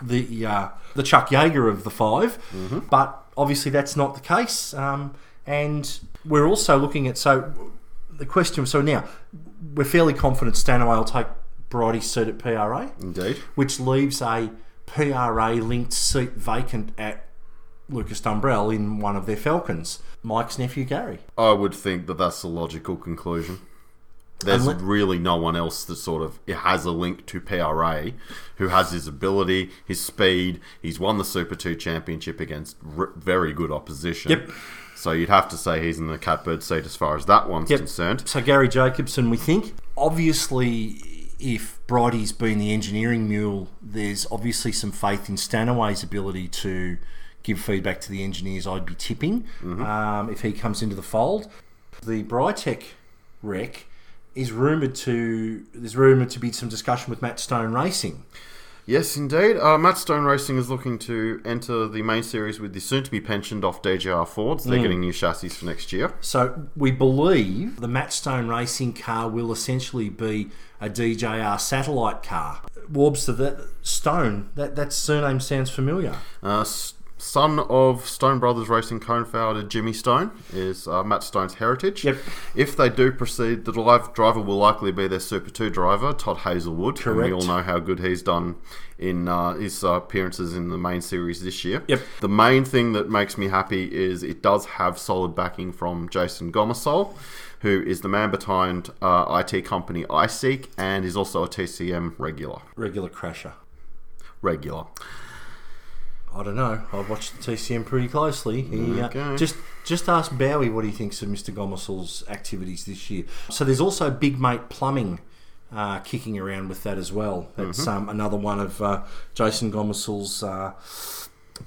S3: the uh, the Chuck Yeager of the 5 but obviously that's not the case. Um, and we're also looking at so the question. So now we're fairly confident Stanaway will take Bridie's seat at PRA,
S1: Indeed.
S3: which leaves a PRA linked seat vacant at Lucas Dumbrell in one of their Falcons. Mike's nephew Gary.
S1: I would think that that's the logical conclusion. There's
S3: Unle-
S1: really no one else that sort of has a link to PRA who has his ability, his speed. He's won the Super 2 championship against r- very good opposition.
S3: Yep.
S1: So you'd have to say he's in the catbird seat as far as that one's
S3: Yep.
S1: concerned.
S3: So Gary Jacobson, we think. Obviously, if Bridie's been the engineering mule, there's obviously some faith in Stanaway's ability to give feedback to the engineers. I'd be tipping um, if he comes into the fold. The Brytech wreck is rumoured to there's rumoured to be some discussion with Matt Stone Racing.
S1: Yes, indeed. Uh, Matt Stone Racing is looking to enter the main series with the soon to be pensioned off DJR Fords.
S3: Mm.
S1: They're getting new chassis for next year.
S3: So we believe the Matt Stone racing car will essentially be a DJR satellite car. Warbster, that Stone, that, that surname sounds familiar.
S1: Uh, s- son of Stone Brothers Racing co-founder Jimmy Stone is uh, Matt Stone's heritage.
S3: Yep.
S1: If they do proceed, the live driver will likely be their Super Two driver, Todd Hazelwood. And
S3: Correct.
S1: we all know how good he's done in uh, his uh, appearances in the main series this year.
S3: Yep.
S1: The main thing that makes me happy is it does have solid backing from Jason Gomesol. Who is the man behind uh, IT company iSeek and is also a TCM regular?
S3: Regular crasher.
S1: Regular.
S3: I don't know. I watched the TCM pretty closely. He, uh,
S1: Okay.
S3: just just ask Bowie what he thinks of Mr. Gomesel's activities this year. So there's also Big Mate Plumbing uh, kicking around with that as well. That's um, another one of uh, Jason Gomesel's uh,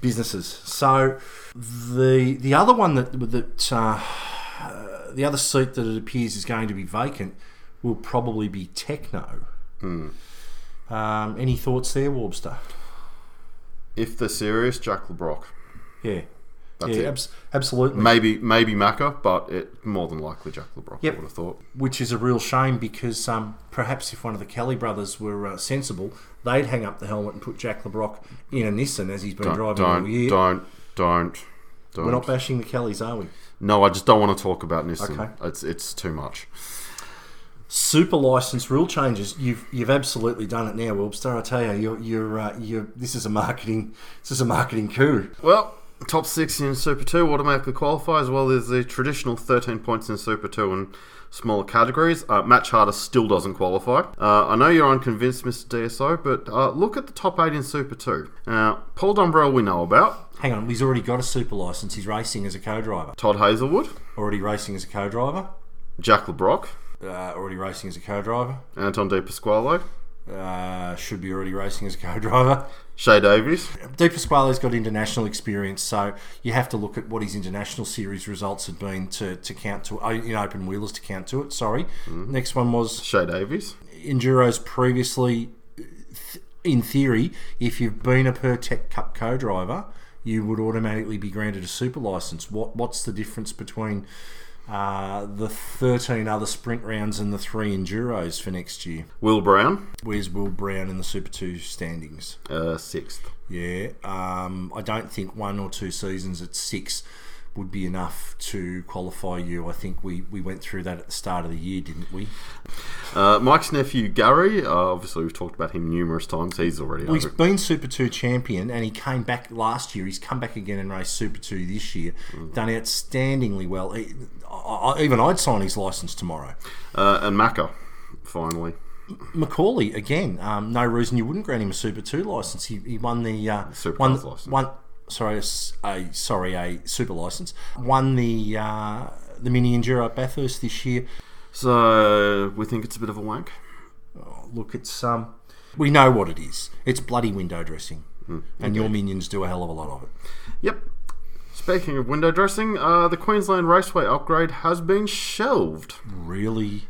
S3: businesses. So the the other one that that uh, <sighs> the other seat that it appears is going to be vacant will probably be Techno. Um, any thoughts there, Warbster?
S1: If they're serious, Jack LeBrock.
S3: Yeah.
S1: That's
S3: yeah,
S1: it.
S3: abs- absolutely.
S1: Maybe maybe Macca, but it more than likely Jack LeBrock.
S3: Yep.
S1: I would have thought.
S3: Which is a real shame because um, perhaps if one of the Kelly brothers were uh, sensible, they'd hang up the helmet and put Jack LeBrock in a Nissan as he's been
S1: Don't
S3: driving all
S1: don't
S3: year.
S1: don't don't. don't.
S3: We're not bashing the Kellys, are we?
S1: no, I just don't want to talk about Nissan.
S3: Okay.
S1: It's it's too much.
S3: Super license rule changes. You've you've absolutely done it now, Wilbster. I tell you, you're you're, uh, you're this is a marketing this is a marketing coup.
S1: Well, top six in Super Two automatically qualifies. Well, there's the traditional 13 points in Super Two and smaller categories. Uh, Match Harder still doesn't qualify. Uh, I know you're unconvinced, Mr. DSO, but uh, look at the top eight in Super Two. Now, Paul Dumbrell we know about.
S3: Hang on, he's already got a super license. He's racing as a co-driver.
S1: Todd Hazelwood,
S3: Already racing as a co-driver.
S1: Jack LeBrock,
S3: Uh, already racing as a co-driver.
S1: Anton De Pasquale,
S3: Uh, should be already racing as a co-driver.
S1: Shay Davies.
S3: De Pasquale's got international experience, so you have to look at what his international series results had been to, to count to in open wheelers to count to it. Sorry. Next one was
S1: Shay Davies.
S3: enduros previously. th- In theory, if you've been a Per Tech Cup co-driver, you would automatically be granted a super license. What what's the difference between uh, the thirteen other sprint rounds and the three enduros for next year?
S1: Will Brown,
S3: Where's Will Brown in the Super Two standings?
S1: uh, sixth.
S3: Yeah, um, I don't think one or two seasons at six would be enough to qualify you. I think we, we went through that at the start of the year, didn't we?
S1: Uh, Mike's nephew Gary, uh, obviously we've talked about him numerous times. He's already
S3: Well, he's
S1: over-
S3: been Super 2 champion and he came back last year. He's come back again and raced Super 2 this year. Done outstandingly well. He- I, I, even I'd sign his license tomorrow.
S1: uh, and Macca, finally.
S3: Macaulay, again, um, no reason you wouldn't grant him a Super 2 license. He, he won the. Uh,
S1: Super
S3: won,
S1: Cars license.
S3: Won, sorry, a, s- a- sorry, a Super license. Won the uh, the Mini Enduro at Bathurst this year.
S1: So we think it's a bit of a wank.
S3: Oh, look, it's um, we know what it is. It's bloody window dressing,
S1: Mm,
S3: and your minions do a hell of a lot of it.
S1: Yep. Speaking of window dressing, uh, the Queensland Raceway upgrade has been shelved.
S3: really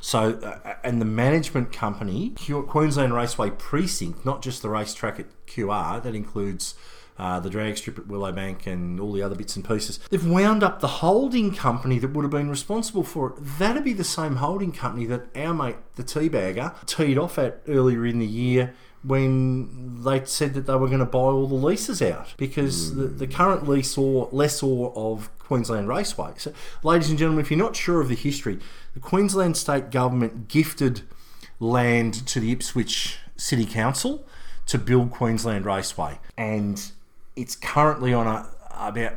S3: so uh, and the management company Q- queensland raceway precinct not just the racetrack at qr that includes uh, the drag strip at willowbank and all the other bits and pieces they've wound up the holding company that would have been responsible for it that'd be the same holding company that our mate the teabagger teed off at earlier in the year when they said that they were going to buy all the leases out because the, the current lease or lessor of Queensland Raceway. So, ladies and gentlemen, if you're not sure of the history, the Queensland state government gifted land to the Ipswich City Council to build Queensland Raceway, and it's currently on a about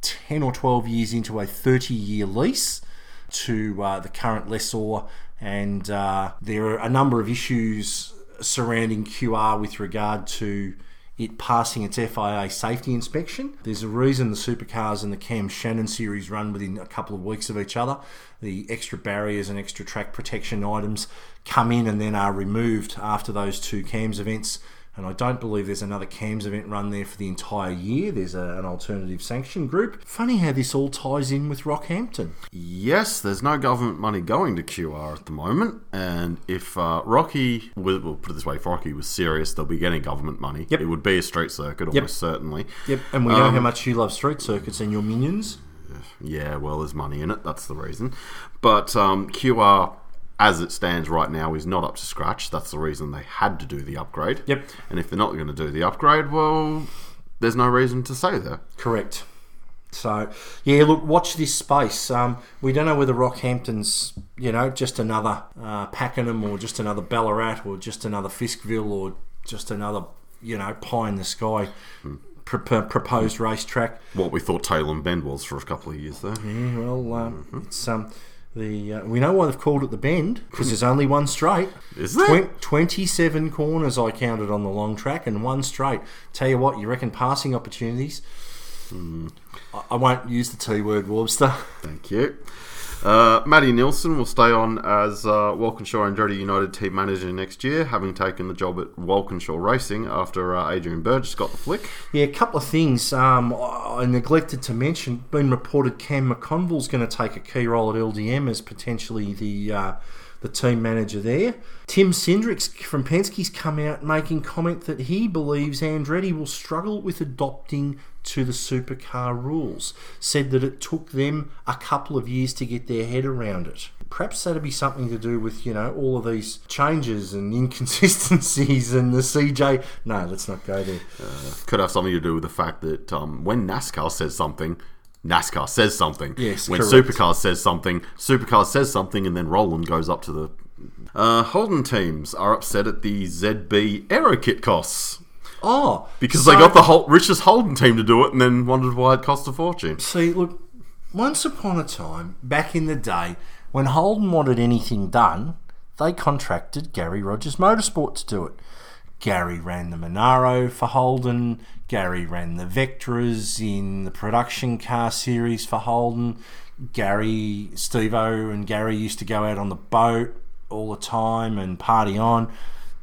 S3: 10 or 12 years into a 30 year lease to uh, the current lessor, and uh, there are a number of issues surrounding QR with regard to it passing its FIA safety inspection. There's a reason the supercars and the Cam Shannon series run within a couple of weeks of each other. The extra barriers and extra track protection items come in and then are removed after those two Cams events and I don't believe there's another CAMS event run there for the entire year. There's a, an alternative sanction group. Funny how this all ties in with Rockhampton.
S1: Yes, there's no government money going to QR at the moment, and if uh, Rocky, well, we'll put it this way, if Rocky was serious, they'll be getting government money.
S3: Yep.
S1: It would be a street circuit, almost certainly.
S3: Yep, and we know how much you love street circuits and your minions.
S1: Yeah, well, there's money in it. That's the reason. But um, QR, as it stands right now, is not up to scratch. That's the reason they had to do the upgrade.
S3: Yep.
S1: And if they're not going to do the upgrade, well, there's no reason to say there.
S3: Correct. So, yeah, look, watch this space. Um, we don't know whether Rockhampton's, you know, just another uh, Pakenham or just another Ballarat or just another Fiskville or just another, you know, pie in the sky pro- pro- proposed racetrack.
S1: What we thought Tail and Bend was for a couple of years there.
S3: Yeah, well, um,
S1: Mm-hmm.
S3: it's um, the uh, we know why they've called it the bend because there's only one straight.
S1: Is there?
S3: Twen- Twenty-seven corners I counted on the long track and one straight. Tell you what, you reckon passing opportunities?
S1: Hmm.
S3: I-, I won't use the T word, Warbster. <laughs>
S1: Thank you. Uh, Matty Nilsson will stay on as uh, Walkinshaw and Jody United team manager next year, having taken the job at Walkinshaw Racing after uh, Adrian Burgess got the flick.
S3: Yeah, a couple of things um, I I neglected to mention. Been reported Cam McConville's going to take a key role at LDM as potentially the uh, the team manager there. Tim Sindricks from Penske's come out making comment that he believes Andretti will struggle with adopting to the supercar rules. Said that it took them a couple of years to get their head around it. Perhaps that'd be something to do with you know all of these changes and <laughs> inconsistencies and the CJ. No, let's not go there.
S1: could have something to do with the fact that um, when NASCAR says something, NASCAR says something.
S3: Yes,
S1: When
S3: correct.
S1: Supercar says something, Supercar says something, and then Roland goes up to the. Uh, Holden teams are upset at the ZB Aero Kit costs
S3: Oh,
S1: because
S3: so-
S1: they got the whole, richest Holden team to do it, and then wondered why it cost a fortune.
S3: See, look, once upon a time, back in the day, when Holden wanted anything done, they contracted Gary Rogers Motorsport to do it. Gary ran the Monaro for Holden. Gary ran the Vectras in the production car series for Holden. Gary, Stevo, and Gary used to go out on the boat all the time and party on.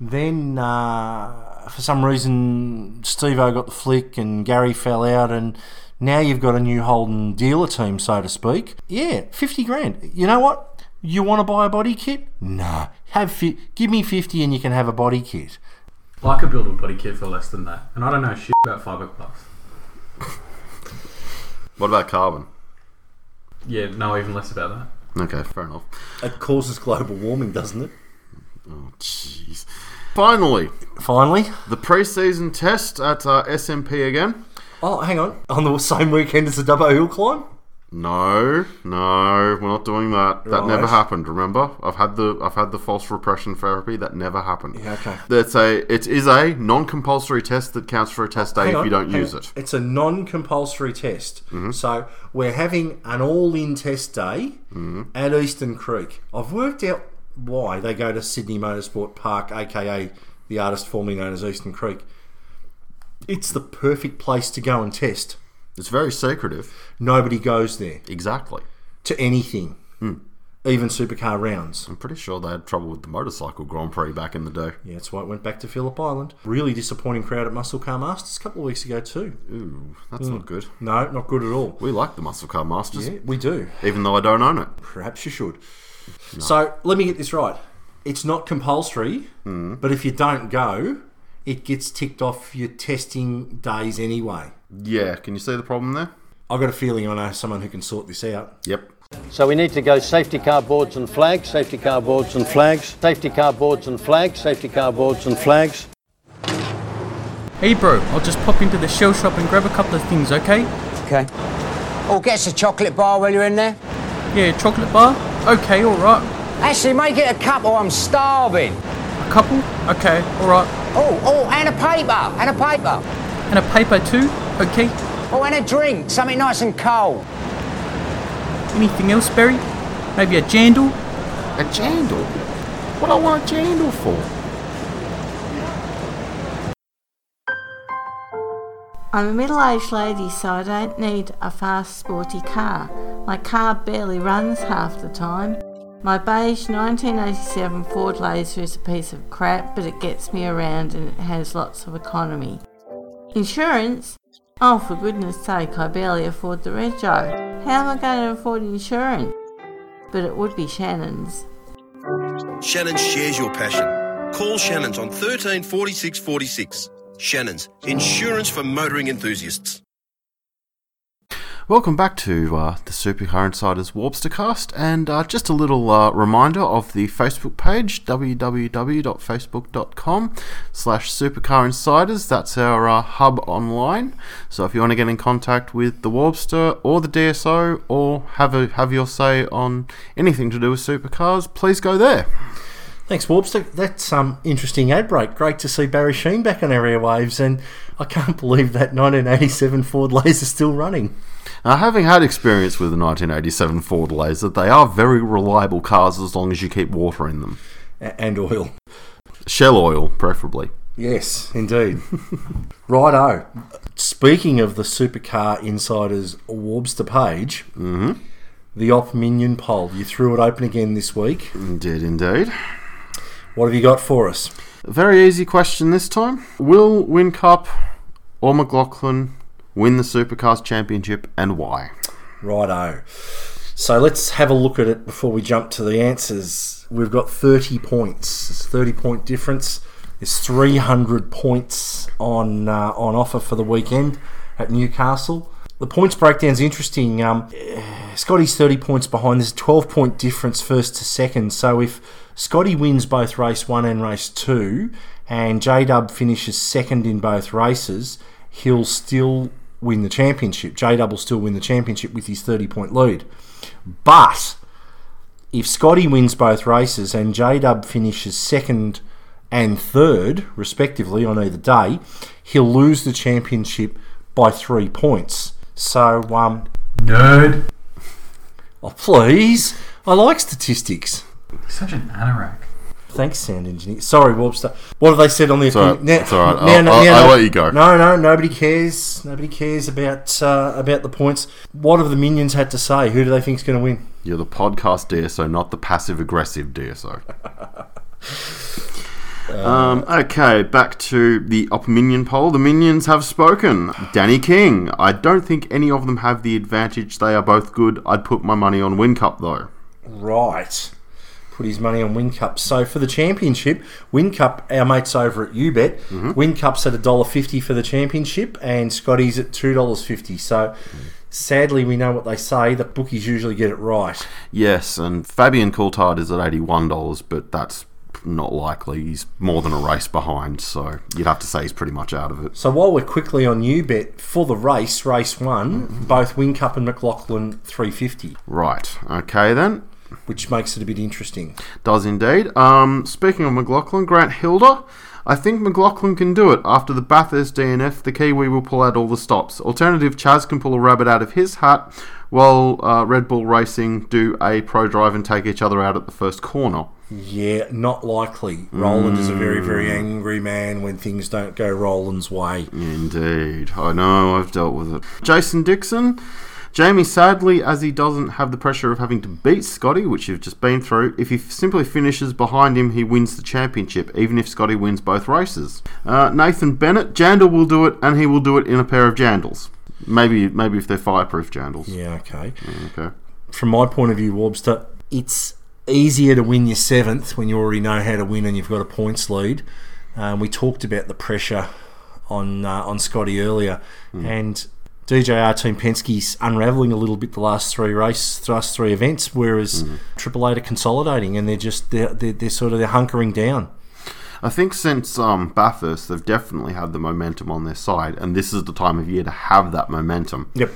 S3: Then, uh, for some reason, Stevo got the flick and Gary fell out, and now you've got a new Holden dealer team, so to speak. Yeah, 50 grand. You know what? You want to buy a body kit? Nah. Have fi- give me 50 and you can have a body kit.
S5: Well, I could build a body kit for less than that, and I don't know shit about fiberglass.
S1: What about carbon?
S5: Yeah, no, even less about that.
S1: Okay, fair enough.
S3: It causes global warming, doesn't it?
S1: Oh, jeez. Finally,
S3: Finally.
S1: the preseason test at uh, SMP again.
S3: Oh, hang on. On the same weekend as the Dubbo Hill climb?
S1: No, no, we're not doing that. That
S3: Right.
S1: never happened. Remember, I've had the I've had the false repression therapy. That never happened.
S3: Yeah, okay.
S1: That's a it is a non-compulsory test that counts for a test day
S3: Hang
S1: if
S3: on,
S1: you don't
S3: hang
S1: use
S3: on.
S1: it. Mm-hmm.
S3: It's a non compulsory test. So we're having an all in test day
S1: Mm-hmm.
S3: at Eastern Creek. I've worked out why they go to Sydney Motorsport Park, aka the artist formerly known as Eastern Creek. It's the perfect place to go and test.
S1: It's very secretive.
S3: Nobody goes there
S1: Exactly. Hmm.
S3: to anything. even supercar rounds.
S1: I'm pretty sure they had trouble with the motorcycle Grand Prix back in the day.
S3: Yeah, that's why it went back to Phillip Island. Really disappointing crowd at Muscle Car Masters a couple of weeks ago too.
S1: Ooh, that's not good.
S3: No, not good at all.
S1: We like the Muscle Car Masters,
S3: Hmm. Yeah, we do.
S1: even though I don't own it.
S3: Perhaps you should. So let me get this right. It's not compulsory, but if you don't go, it gets ticked off your testing days anyway.
S1: Yeah, can you see the problem there?
S3: I've got a feeling I know someone who can sort this out.
S1: Yep.
S6: So we need to go safety car boards and flags, safety car boards and flags, safety car boards and flags, safety car boards and flags.
S2: Hey, bro, I'll just pop into the shell shop and grab a couple of things, okay?
S10: Okay. Oh, get us a chocolate bar while you're in there.
S2: Yeah, chocolate bar? Okay, alright.
S10: Actually, make it a cup or I'm starving.
S2: A couple? Okay, alright.
S10: Oh, oh, and a paper, and a paper.
S2: And a paper too? Okay.
S10: Oh, and a drink, something nice and cold.
S2: Anything else, Barry? Maybe a jandal?
S1: A jandal? What I want a jandal for?
S11: I'm a middle aged lady, so I don't need a fast, sporty car. My car barely runs half the time. My beige 1987 Ford Laser is a piece of crap, but it gets me around and it has lots of economy. Insurance? Oh, for goodness sake, I barely afford the rego. How am I going to afford insurance? But it would be Shannon's.
S7: Shannon shares your passion. Call Shannon's on 13 46 46. Shannon's, insurance for motoring enthusiasts.
S1: Welcome back to uh, the Supercar Insiders Warpster cast, and uh, just a little uh, reminder of the Facebook page, www.facebook.com slash Supercar Insiders. That's our uh, hub online. So if you want to get in contact with the Warpster or the DSO or have, a, have your say on anything to do with supercars, please go there.
S3: Thanks, Warpster. That's um interesting ad break. Great to see Barry Sheen back on our airwaves, and I can't <laughs> believe that 1987 Ford Laser's still running.
S1: Now, having had experience with the 1987 Ford Laser, they are very reliable cars as long as you keep watering them.
S3: A- and oil.
S1: Shell oil, preferably.
S3: Yes, indeed. <laughs> Righto. Speaking of the Supercar Insiders Warbster page, mm-hmm. the Op Minion poll. You threw it open again this week.
S1: Indeed, indeed.
S3: What have you got for us?
S1: Very easy question this time. Will Win Cup or McLaughlin win the Supercars Championship and why?
S3: Righto. So let's have a look at it before we jump to the answers. We've got 30 points. It's a 30 point difference. There's 300 points on uh, on offer for the weekend at Newcastle. The points breakdown's interesting. Um, eh, Scotty's 30 points behind. There's a 12 point difference first to second. So if Scotty wins both race one and race two, and J Dub finishes second in both races, he'll still win the championship. J Dub will still win the championship with his 30 point lead. But if Scotty wins both races and J Dub finishes second and third, respectively, on either day, he'll lose the championship by three points. So, um,
S5: Nerd.
S3: oh, please, I like statistics.
S5: Such an anorak.
S3: Thanks, sound engineer. Sorry, Warpster. What have they said on the
S1: all right. It's all right. I'll- I'll- I'll let you go.
S3: No, no, nobody cares. Nobody cares about uh, about the points. What have the minions had to say? Who do they think's going to win?
S1: You're the podcast DSO, not the passive aggressive DSO. Um, okay, back to the Op Minion poll. The Minions have spoken. Danny King. I don't think any of them have the advantage. They are both good. I'd put my money on Win Cup, though.
S3: Right. Put his money on Win Cup. So for the championship, Win Cup, our mates over at UBet,
S1: Mm-hmm.
S3: Win Cup's at $1.50 for the championship and Scotty's at $2.50. So sadly, we know what they say. The bookies usually get it right.
S1: Yes, and Fabian Coulthard is at $81, but that's not likely. He's more than a race behind, so you'd have to say he's pretty much out of it.
S3: So while we're quickly on UBet, for the race, race one, both Win Cup and McLaughlin, 350
S1: Right, okay then.
S3: which makes it a bit interesting.
S1: Does indeed. Um, speaking of McLaughlin, Grant Hilda. I think McLaughlin can do it. After the Bathurst DNF, the Kiwi will pull out all the stops. Alternative, Chaz can pull a rabbit out of his hat, while uh, Red Bull Racing do a pro drive and take each other out at the first corner.
S3: Yeah, not likely. Roland is a very, very angry man when things don't go Roland's way.
S1: Indeed. I know, I've dealt with it. Jason Dixon. Jamie, sadly, as he doesn't have the pressure of having to beat Scotty, which you've just been through, if he f- simply finishes behind him, he wins the championship, even if Scotty wins both races. Uh, Nathan Bennett, Jandal will do it, and he will do it in a pair of Jandals. Maybe, maybe if they're fireproof Jandals.
S3: Yeah, okay.
S1: okay.
S3: From my point of view, Warbster, it's easier to win your seventh when you already know how to win and you've got a points lead. Um, we talked about the pressure on uh, on Scotty earlier,
S8: Mm.
S3: and DJR Team Penske's unraveling a little bit the last three race, the last three events, whereas Triple Eight are consolidating and they're just they're, they're, they're sort of they're hunkering down.
S1: I think since um, Bathurst, they've definitely had the momentum on their side, and this is the time of year to have that momentum.
S3: Yep.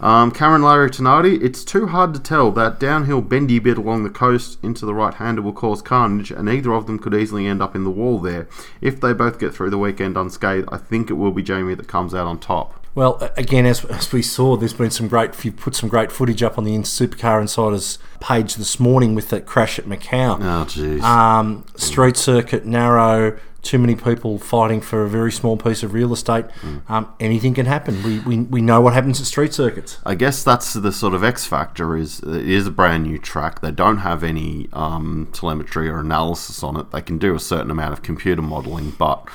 S1: Um, Cameron Larry Tenardi, it's too hard to tell. That downhill bendy bit along the coast into the right hander will cause carnage, and either of them could easily end up in the wall there. If they both get through the weekend unscathed, I think it will be Jamie that comes out on top.
S3: Well, a- again, as, as we saw, there's been some great. You put some great footage up on the In- Supercar Insiders page this morning with that crash at Macau.
S1: Oh, jeez.
S3: Um, street circuit narrow. Too many people fighting for a very small piece of real estate. Um, anything can happen. We, we we know what happens at street circuits.
S1: I guess that's the sort of X factor is it is a brand new track. They don't have any um, telemetry or analysis on it. They can do a certain amount of computer modeling, but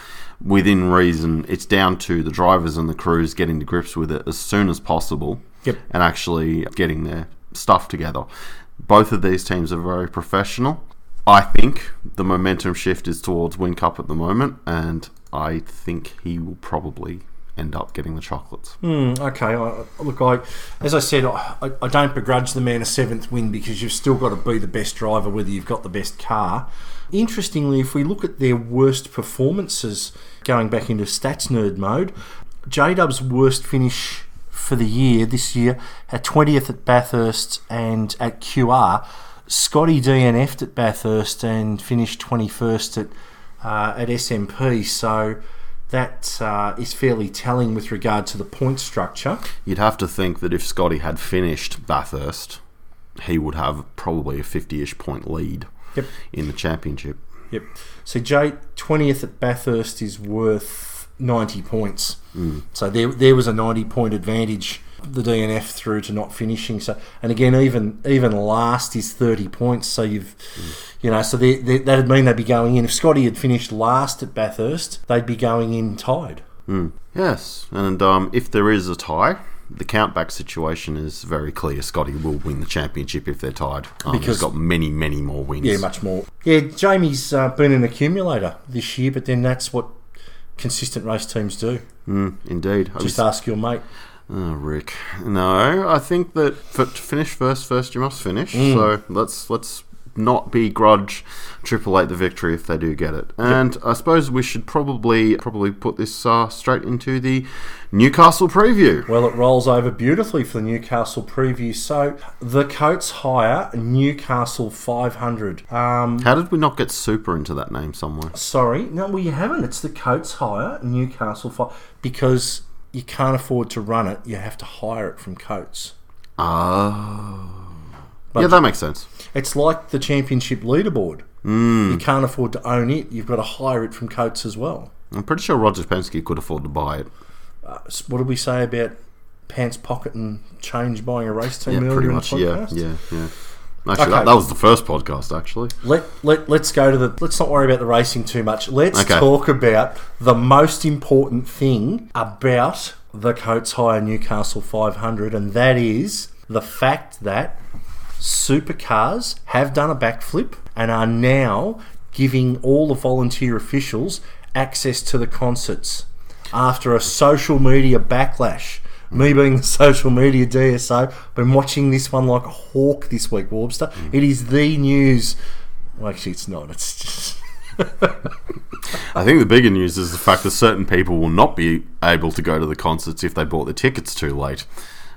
S1: within reason, it's down to the drivers and the crews getting to grips with it as soon as possible
S3: Yep.
S1: and actually getting their stuff together. Both of these teams are very professional. I think the momentum shift is towards Win Cup at the moment, and I think he will probably end up getting the chocolates.
S3: Hmm, okay. I, I- look, I as I said, I, I- I don't begrudge the man a seventh win because you've still got to be the best driver, whether you've got the best car. Interestingly, if we look at their worst performances, going back into stats nerd mode, J Dub's worst finish for the year this year at twentieth at Bathurst and at QR. Scotty DNF'd at Bathurst and finished twenty first at uh, at SMP. So. That uh, is fairly telling with regard to the point structure.
S1: You'd have to think that if Scotty had finished Bathurst, he would have probably a 50 ish point lead
S3: Yep.
S1: in the championship.
S3: Yep. So J twentieth at Bathurst is worth ninety points.
S1: Mm.
S3: So there there was a ninety point advantage the DNF through to not finishing. So and again even even last is thirty points. So you've you know so they, they, that'd mean they'd be going in if Scotty had finished last at Bathurst they'd be going in tied.
S1: Mm. Yes, and um, if there is a tie, the countback situation is very clear. Scotty will win the championship if they're tied. Um,
S3: Because-
S1: he's got many, many more wins.
S3: Yeah, much more. Yeah, Jamie's uh, been an accumulator this year, but then that's what consistent race teams do.
S1: Mm, indeed. I
S3: Just
S1: was-
S3: ask your mate.
S1: Oh, Rick. No, I think that for, to finish first, first you must finish.
S3: Mm.
S1: So let's let's not begrudge Triple Eight the victory if they do get it. And I suppose we should probably probably put this uh, straight into the Newcastle preview.
S3: Well, it rolls over beautifully for the Newcastle preview. So the Coates hire Newcastle 500. Um,
S1: How did we not get super into that name somewhere?
S3: sorry, no, we haven't. It's the Coates hire Newcastle 5 because you can't afford to run it. You have to hire it from Coates.
S1: Oh.
S3: But-
S1: yeah, that makes sense.
S3: It's like the championship leaderboard.
S1: Mm.
S3: You can't afford to own it. You've got to hire it from Coates as well.
S1: I'm pretty sure Roger Penske could afford to buy it.
S3: Uh, s- what did we say about pants pocket and change buying a race team
S1: Yeah,
S3: earlier
S1: pretty
S3: in
S1: much.
S3: the
S1: Yeah,
S3: podcast?
S1: yeah, yeah. Actually,
S3: Okay.
S1: that, that was the first podcast, actually.
S3: Let, let, let's go to the. Let's not worry about the racing too much. Let's
S1: Okay.
S3: talk about the most important thing about the Coates Hire Newcastle 500, and that is the fact that supercars have done a backflip and are now giving all the volunteer officials access to the concerts after a social media backlash. Me being the <laughs> social media DSO, been watching this one like a hawk this week, Warbster. It is the news. Well, actually, it's not. It's just.
S1: I think the bigger news is the fact that certain people will not be able to go to the concerts if they bought the tickets too late.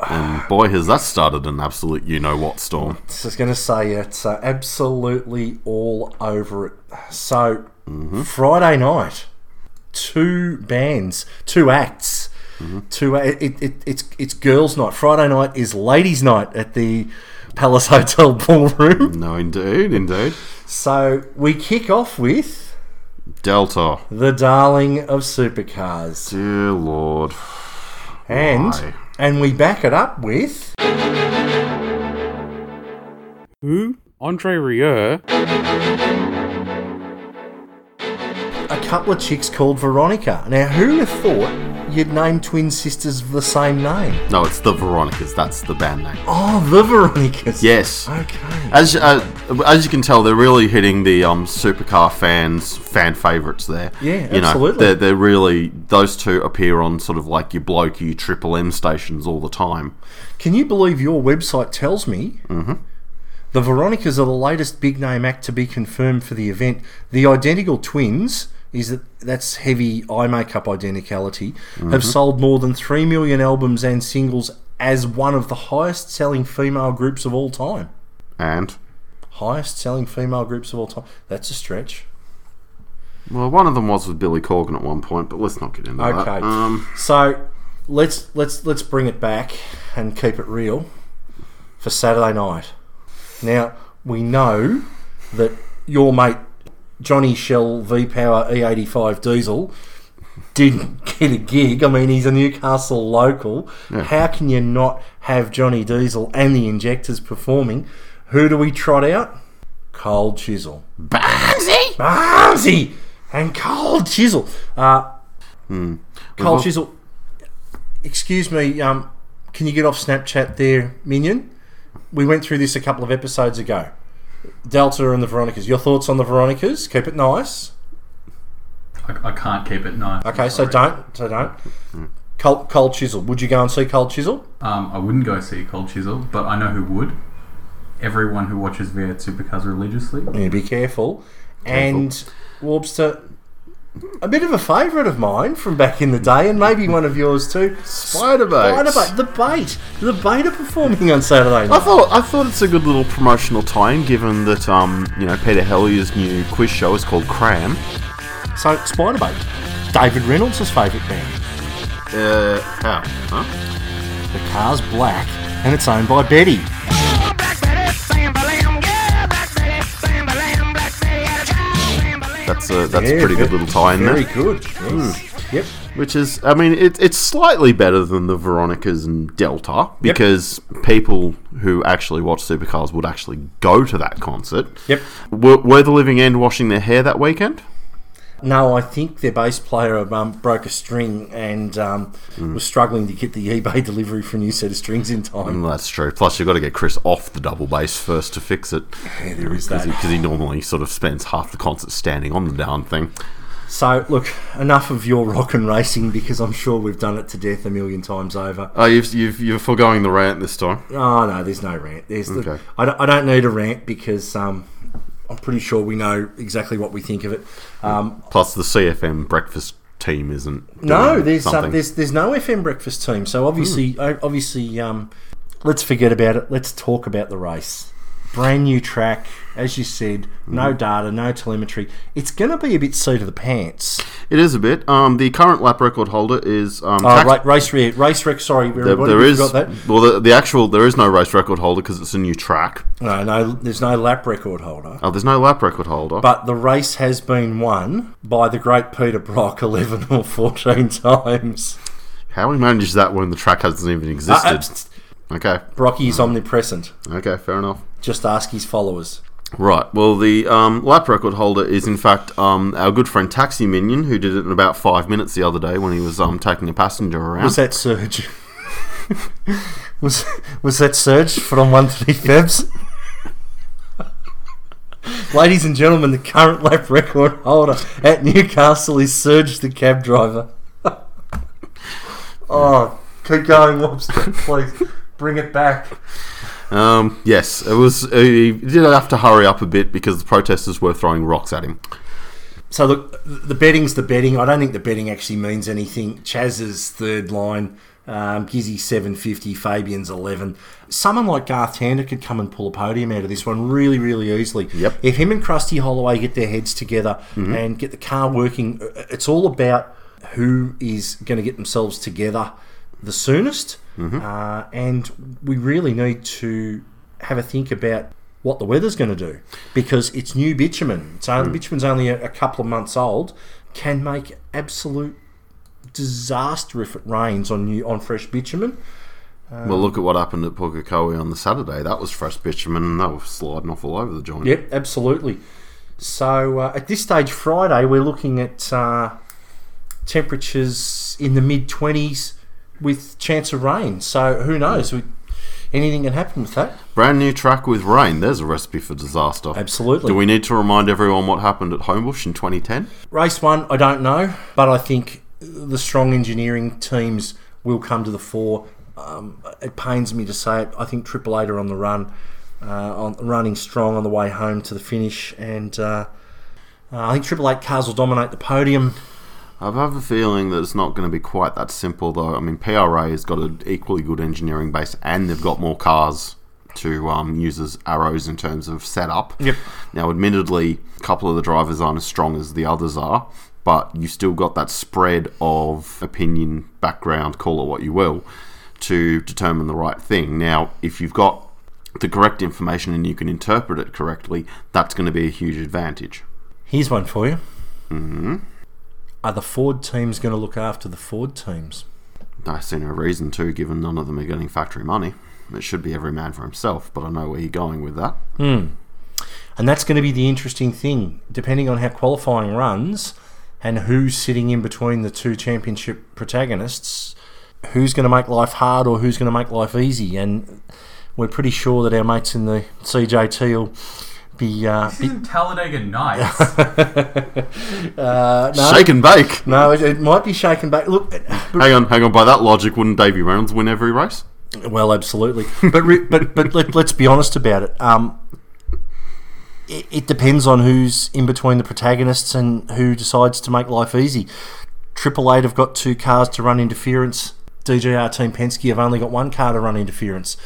S1: And boy, has that started an absolute you know what storm.
S3: This is going to say it's uh, absolutely all over it. So, Friday night, two bands, two acts, two. It, it, it, it's it's girls' night. Friday night is ladies' night at the Palace <laughs> Hotel ballroom.
S1: No, indeed, indeed.
S3: So we kick off with
S1: Delta.
S3: the darling of supercars,
S1: Dear Lord.
S3: and
S1: Why?
S3: And we back it up with.
S12: Who? Andre Rieu?
S3: a couple of chicks called Veronica. Now, who'd have thought you'd name twin sisters the same name?
S1: No, it's the Veronicas. That's the band name.
S3: Oh, the Veronicas.
S1: Yes.
S3: Okay.
S1: As uh, as you can tell, they're really hitting the um, supercar fans fan favorites there.
S3: Yeah,
S1: you know,
S3: absolutely.
S1: They're, they're really those two appear on sort of like your blokey Triple M stations all the time.
S3: Can you believe your website tells me
S1: Mm-hmm.
S3: the Veronicas are the latest big name act to be confirmed for the event? The identical twins is that that's heavy eye makeup identicality
S13: Mhm.
S1: Mm-hmm.
S3: have sold more than three million albums and singles as one of the highest selling female groups of all time.
S1: And
S3: Highest selling female groups of all time. That's a stretch.
S1: well, one of them was with Billy Corgan at one point, but let's not get into that. Um,
S3: Okay. so let's let's let's bring it back and keep it real for Saturday night. Now we know that your mate Johnny Shell V Power E85 Diesel didn't <laughs> get a gig. I mean, he's a Newcastle local.
S13: Yeah.
S3: How can you not have Johnny Diesel and the Injectors performing? Who do we trot out? Cold Chisel.
S13: Barnsley?
S3: Barnsley! And Cold Chisel. Uh,
S1: Hmm.
S3: Carl
S1: We've al-
S3: Chisel, excuse me, um, can you get off Snapchat there, Minion? We went through this a couple of episodes ago. Delta and the Veronicas. Your thoughts on the Veronicas? Keep it nice.
S5: I, I can't keep it nice. I'm
S3: Okay, so
S5: sorry.
S3: don't, so don't. Cold, Cold Chisel. Would you go and see Cold Chisel?
S5: Um, I wouldn't go see Cold Chisel, but I know who would. Everyone who watches V8 Supercars religiously.
S3: Yeah, be careful. And Warpster, a bit of a favourite of mine from back in the day, and maybe one of yours too. Spider
S1: Spider-Bait.
S3: Spider The bait. The bait are performing on Saturday night.
S1: I thought I thought it's a good little promotional time, given that um you know Peter Hellier's new quiz show is called Cram.
S3: So Spiderbait, David Reynolds' favourite band.
S1: Uh, how? Huh?
S3: The car's black and it's owned by Betty.
S1: That's a that's
S3: Yeah,
S1: a pretty good
S3: ve-
S1: little tie Hmm. in
S3: very
S1: there.
S3: good. Yes. Yep.
S1: Which is, I mean, it, it's slightly better than the Veronicas and Delta because people who actually watch supercars would actually go to that concert.
S3: Yep.
S1: Were, were the Living End washing their hair that weekend?
S3: No, I think their bass player um, broke a string and um,
S1: Hmm.
S3: was struggling to get the eBay delivery for a new set of strings in time.
S1: Mm, that's true. Plus, you've got to get Chris off the double bass first to fix it.
S3: Yeah, there is that.
S1: Because he normally sort of spends half the concert standing on the darn thing.
S3: So, look, enough of your rock and racing because I'm sure we've done it to death a million times over.
S1: Oh, you've, you've, you're foregoing the rant this time.
S3: Oh no, there's no rant. There's the,
S1: Okay.
S3: I, don't, I don't need a rant because um, I'm pretty sure we know exactly what we think of it. Um,
S1: Plus, the CFM breakfast team isn't. doing
S3: no, there's uh,
S1: something. Hmm.
S3: there's there's no FM breakfast team. So obviously, o- obviously, um, let's forget about it. Let's talk about the race. Brand new track, as you said, no
S1: Mhm.
S3: data, no telemetry. It's going to be a bit seat of the pants.
S1: It is a bit. Um, the current lap record holder is um,
S3: Oh,
S1: Tax-
S3: ra- race re- race wreck. Sorry,
S1: There,
S3: everybody,
S1: there
S3: we
S1: is Mm.
S3: forgot that.
S1: well, the, the actual there is no race record holder because it's a new track.
S3: No, no, there's no lap record holder.
S1: Oh, there's no lap record holder.
S3: But the race has been won by the great Peter Brock <laughs> 11 or 14 <laughs> times.
S1: how we manage that when the track hasn't even
S3: Uh,
S1: existed?
S3: abs-
S1: okay,
S3: Brocky is omnipresent.
S1: okay, fair enough.
S3: Just ask his followers.
S1: Right. Well, the um, lap record holder is in fact um, our good friend Taxi Minion, who did it in about five minutes the other day when he was um, taking a passenger around.
S3: Was that Surge? <laughs> was was that Surge from 13 Febs? <laughs> Ladies and gentlemen, the current lap record holder at Newcastle is Surge the cab driver. <laughs> oh, keep going, Lobster, please. Bring it back.
S1: Um, yes, it was. He did have to hurry up a bit because the protesters were throwing rocks at him.
S3: So look, the betting's the betting. I don't think the betting actually means anything. Chaz's third line, um, Gizzy seven fifty, Fabian's eleven. Someone like Garth Tander could come and pull a podium out of this one really, really easily. Yep. If him and Krusty Holloway get their heads together
S13: Mhm.
S3: and get the car working, uh, it's all about who is going to get themselves together the soonest.
S13: Mhm.
S3: Uh, and we really need to have a think about what the weather's going to do because it's new bitumen. It's only,
S13: Mm.
S3: Bitumen's only a, a couple of months old. Can make absolute disaster if it rains on new on fresh bitumen. Um,
S1: well, look at what happened at Pukekohe on the Saturday. That was fresh bitumen, and they were sliding off all over the joint.
S3: Yep, absolutely. So uh, at this stage, Friday, we're looking at uh, temperatures in the mid 20s with chance of rain. So who knows? We, anything can happen with that.
S1: Brand new track with rain. There's a recipe for disaster.
S3: Absolutely.
S1: Do we need to remind everyone what happened at Homebush in 2010?
S3: Race one, I don't know, but I think the strong engineering teams will come to the fore. Um, it pains me to say it. I think Triple Eight are on the run, uh, on running strong on the way home to the finish, and uh, I think Triple Eight cars will dominate the podium.
S1: I have a feeling that it's not going to be quite that simple, though. I mean, PRA has got an equally good engineering base, and they've got more cars to um, use as arrows in terms of setup.
S3: Yep.
S1: Now, admittedly, a couple of the drivers aren't as strong as the others are, but you still got that spread of opinion, background, call it what you will, to determine the right thing. Now, if you've got the correct information and you can interpret it correctly, that's going to be a huge advantage.
S3: Here's one for you.
S1: hmm
S3: Are the Ford teams going to look after the Ford teams?
S1: I see no reason to, given none of them are getting factory money. It should be every man for himself, but I know where you're going with that.
S3: Hmm. And that's going to be the interesting thing, depending on how qualifying runs and who's sitting in between the two championship protagonists, who's going to make life hard or who's going to make life easy. And we're pretty sure that our mates in the CJT will be. Uh,
S5: This
S3: be
S5: isn't Talladega Nights.
S12: <laughs>
S3: uh, no.
S1: Shake and bake.
S3: No, it, it might be shake and bake. Look,
S1: Hang on, hang on. By that logic, wouldn't Davy Reynolds win every race?
S3: Well, absolutely. But re- but but let, let's be honest about it. Um, it, it depends on who's in between the protagonists and who decides to make life easy. Triple Eight have got two cars to run interference. DJR Team Penske have only got one car to run interference.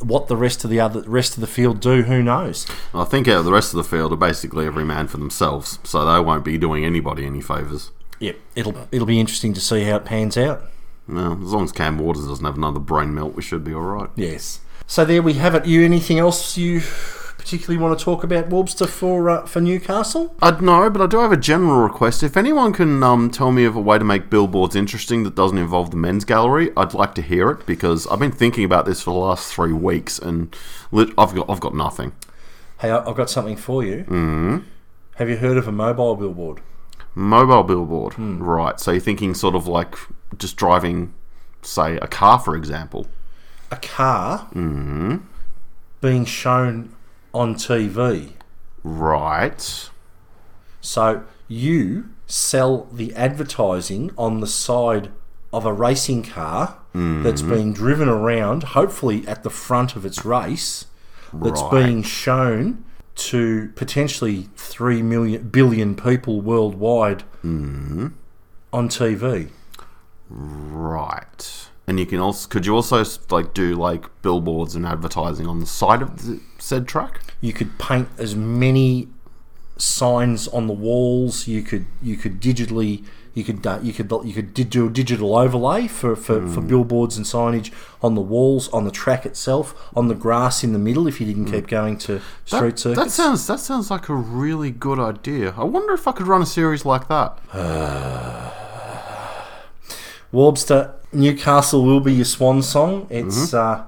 S3: What the rest of the other rest of the field do, who knows?
S1: I think out of the rest of the field are basically every man for themselves, so they won't be doing anybody any favours.
S3: Yep, it'll it'll be interesting to see how it pans out.
S1: No, as long as Cam Waters doesn't have another brain melt, we should be all right.
S3: Yes. So there we have it. You anything else you particularly want to talk about, Warbster, for uh, for Newcastle?
S1: I would know, but I do have a general request. If anyone can um, tell me of a way to make billboards interesting that doesn't involve the men's gallery, I'd like to hear it because I've been thinking about this for the last three weeks and lit- I've got I've got nothing.
S3: Hey, I- I've got something for you.
S1: Mm.
S3: Have you heard of a mobile billboard?
S1: Mobile billboard, right? So you're thinking sort of like just driving, say, a car, for example.
S3: A car
S1: Mm.
S3: being shown on TV.
S1: Right.
S3: So you sell the advertising on the side of a racing car that's
S1: Mhm.
S3: being driven around, hopefully at the front of its race, that's
S1: Right.
S3: being shown to potentially 3 million billion people worldwide
S1: Mm.
S3: on TV.
S1: Right. And you can also could you also like do like billboards and advertising on the side of the said track?
S3: you could paint as many signs on the walls you could you could digitally you could uh, you could you could did- do a digital overlay for for, for
S1: Hmm.
S3: billboards and signage on the walls on the track itself on the grass in the middle if you didn't keep going to street
S1: Hmm. that,
S3: circuits
S1: that sounds that sounds like a really good idea. I wonder if I could run a series like that.
S3: Warbster, Newcastle will be your swan song.
S1: Hmm.
S3: It's uh,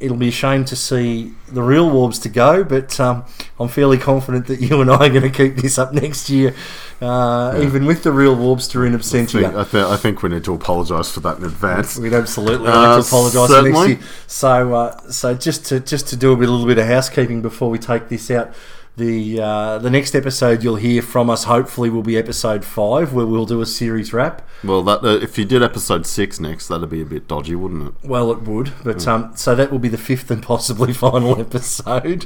S3: it'll be a shame to see the real Warbs to go, but um, I'm fairly confident that you and I are going to keep this up next year, uh, even with the real Warbster in
S1: I think,
S3: absentia.
S1: I, thi- I think we need to apologise for that in advance.
S3: We'd absolutely
S1: Uh,
S3: like to apologise for next
S1: certainly.
S3: year. So, uh, so just to just to do a bit- little bit of housekeeping before we take this out, the uh, the next episode you'll hear from us hopefully will be episode five, where we'll do a series wrap.
S1: Well, that uh, if you did episode six next, that'd be a bit dodgy, wouldn't it?
S3: Well, it would, but
S1: Mm.
S3: um, so that will be the fifth and possibly <laughs> final episode,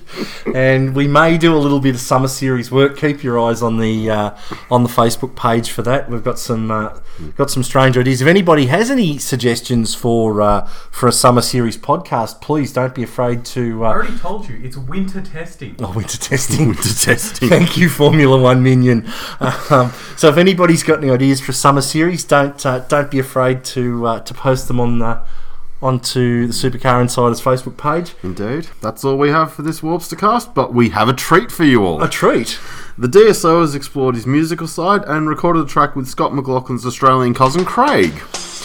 S3: and we may do a little bit of summer series work. Keep your eyes on the uh, on the Facebook page for that. We've got some uh, got some strange ideas. If anybody has any suggestions for uh, for a summer series podcast, please don't be afraid to.
S5: I
S3: Uh,
S5: already told you, it's winter testing.
S3: Oh, winter
S1: <laughs>
S3: testing.
S1: Winter testing.
S3: Thank you, Formula One minion. Um, so, if anybody's got any ideas for a summer series, don't uh, don't be afraid to uh, to post them on the onto the Supercar Insiders Facebook page.
S1: Indeed. That's all we have for this Warpster cast, but we have a treat for you all. A
S3: treat?
S1: The DSO has explored his musical side and recorded a track with Scott McLaughlin's Australian cousin Craig.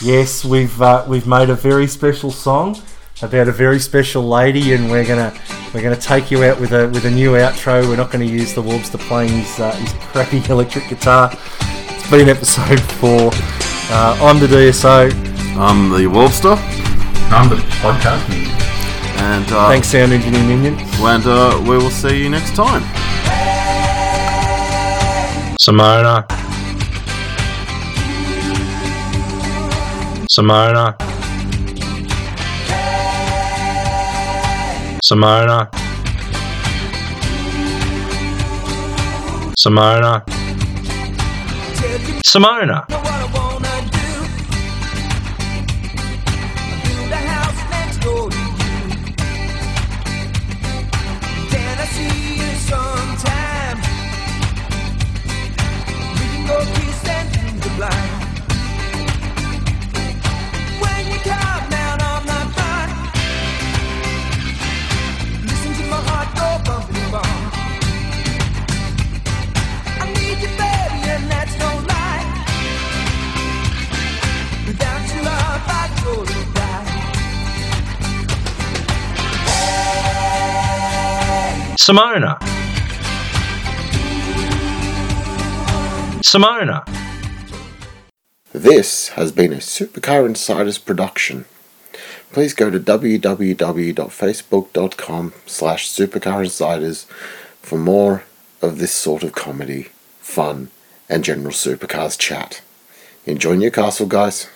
S3: Yes, we've uh, we've made a very special song. about a very special lady, and we're gonna we're gonna take you out with a with a new outro. We're not gonna use the Warbster playing his, uh, his crappy <laughs> electric guitar. It's been episode four. Uh, I'm the DSO.
S1: I'm the Warbster.
S5: I'm the podcast.
S1: And uh,
S3: thanks, sound engineer Minion.
S1: And uh, we will see you next time.
S8: Simona. Simona. Simona. Simona. Simona. Simona. Simona.
S1: This has been a Supercar Insiders production. Please go to www.facebook.com slash supercarinsiders for more of this sort of comedy, fun, and general supercars chat. Enjoy Newcastle, guys.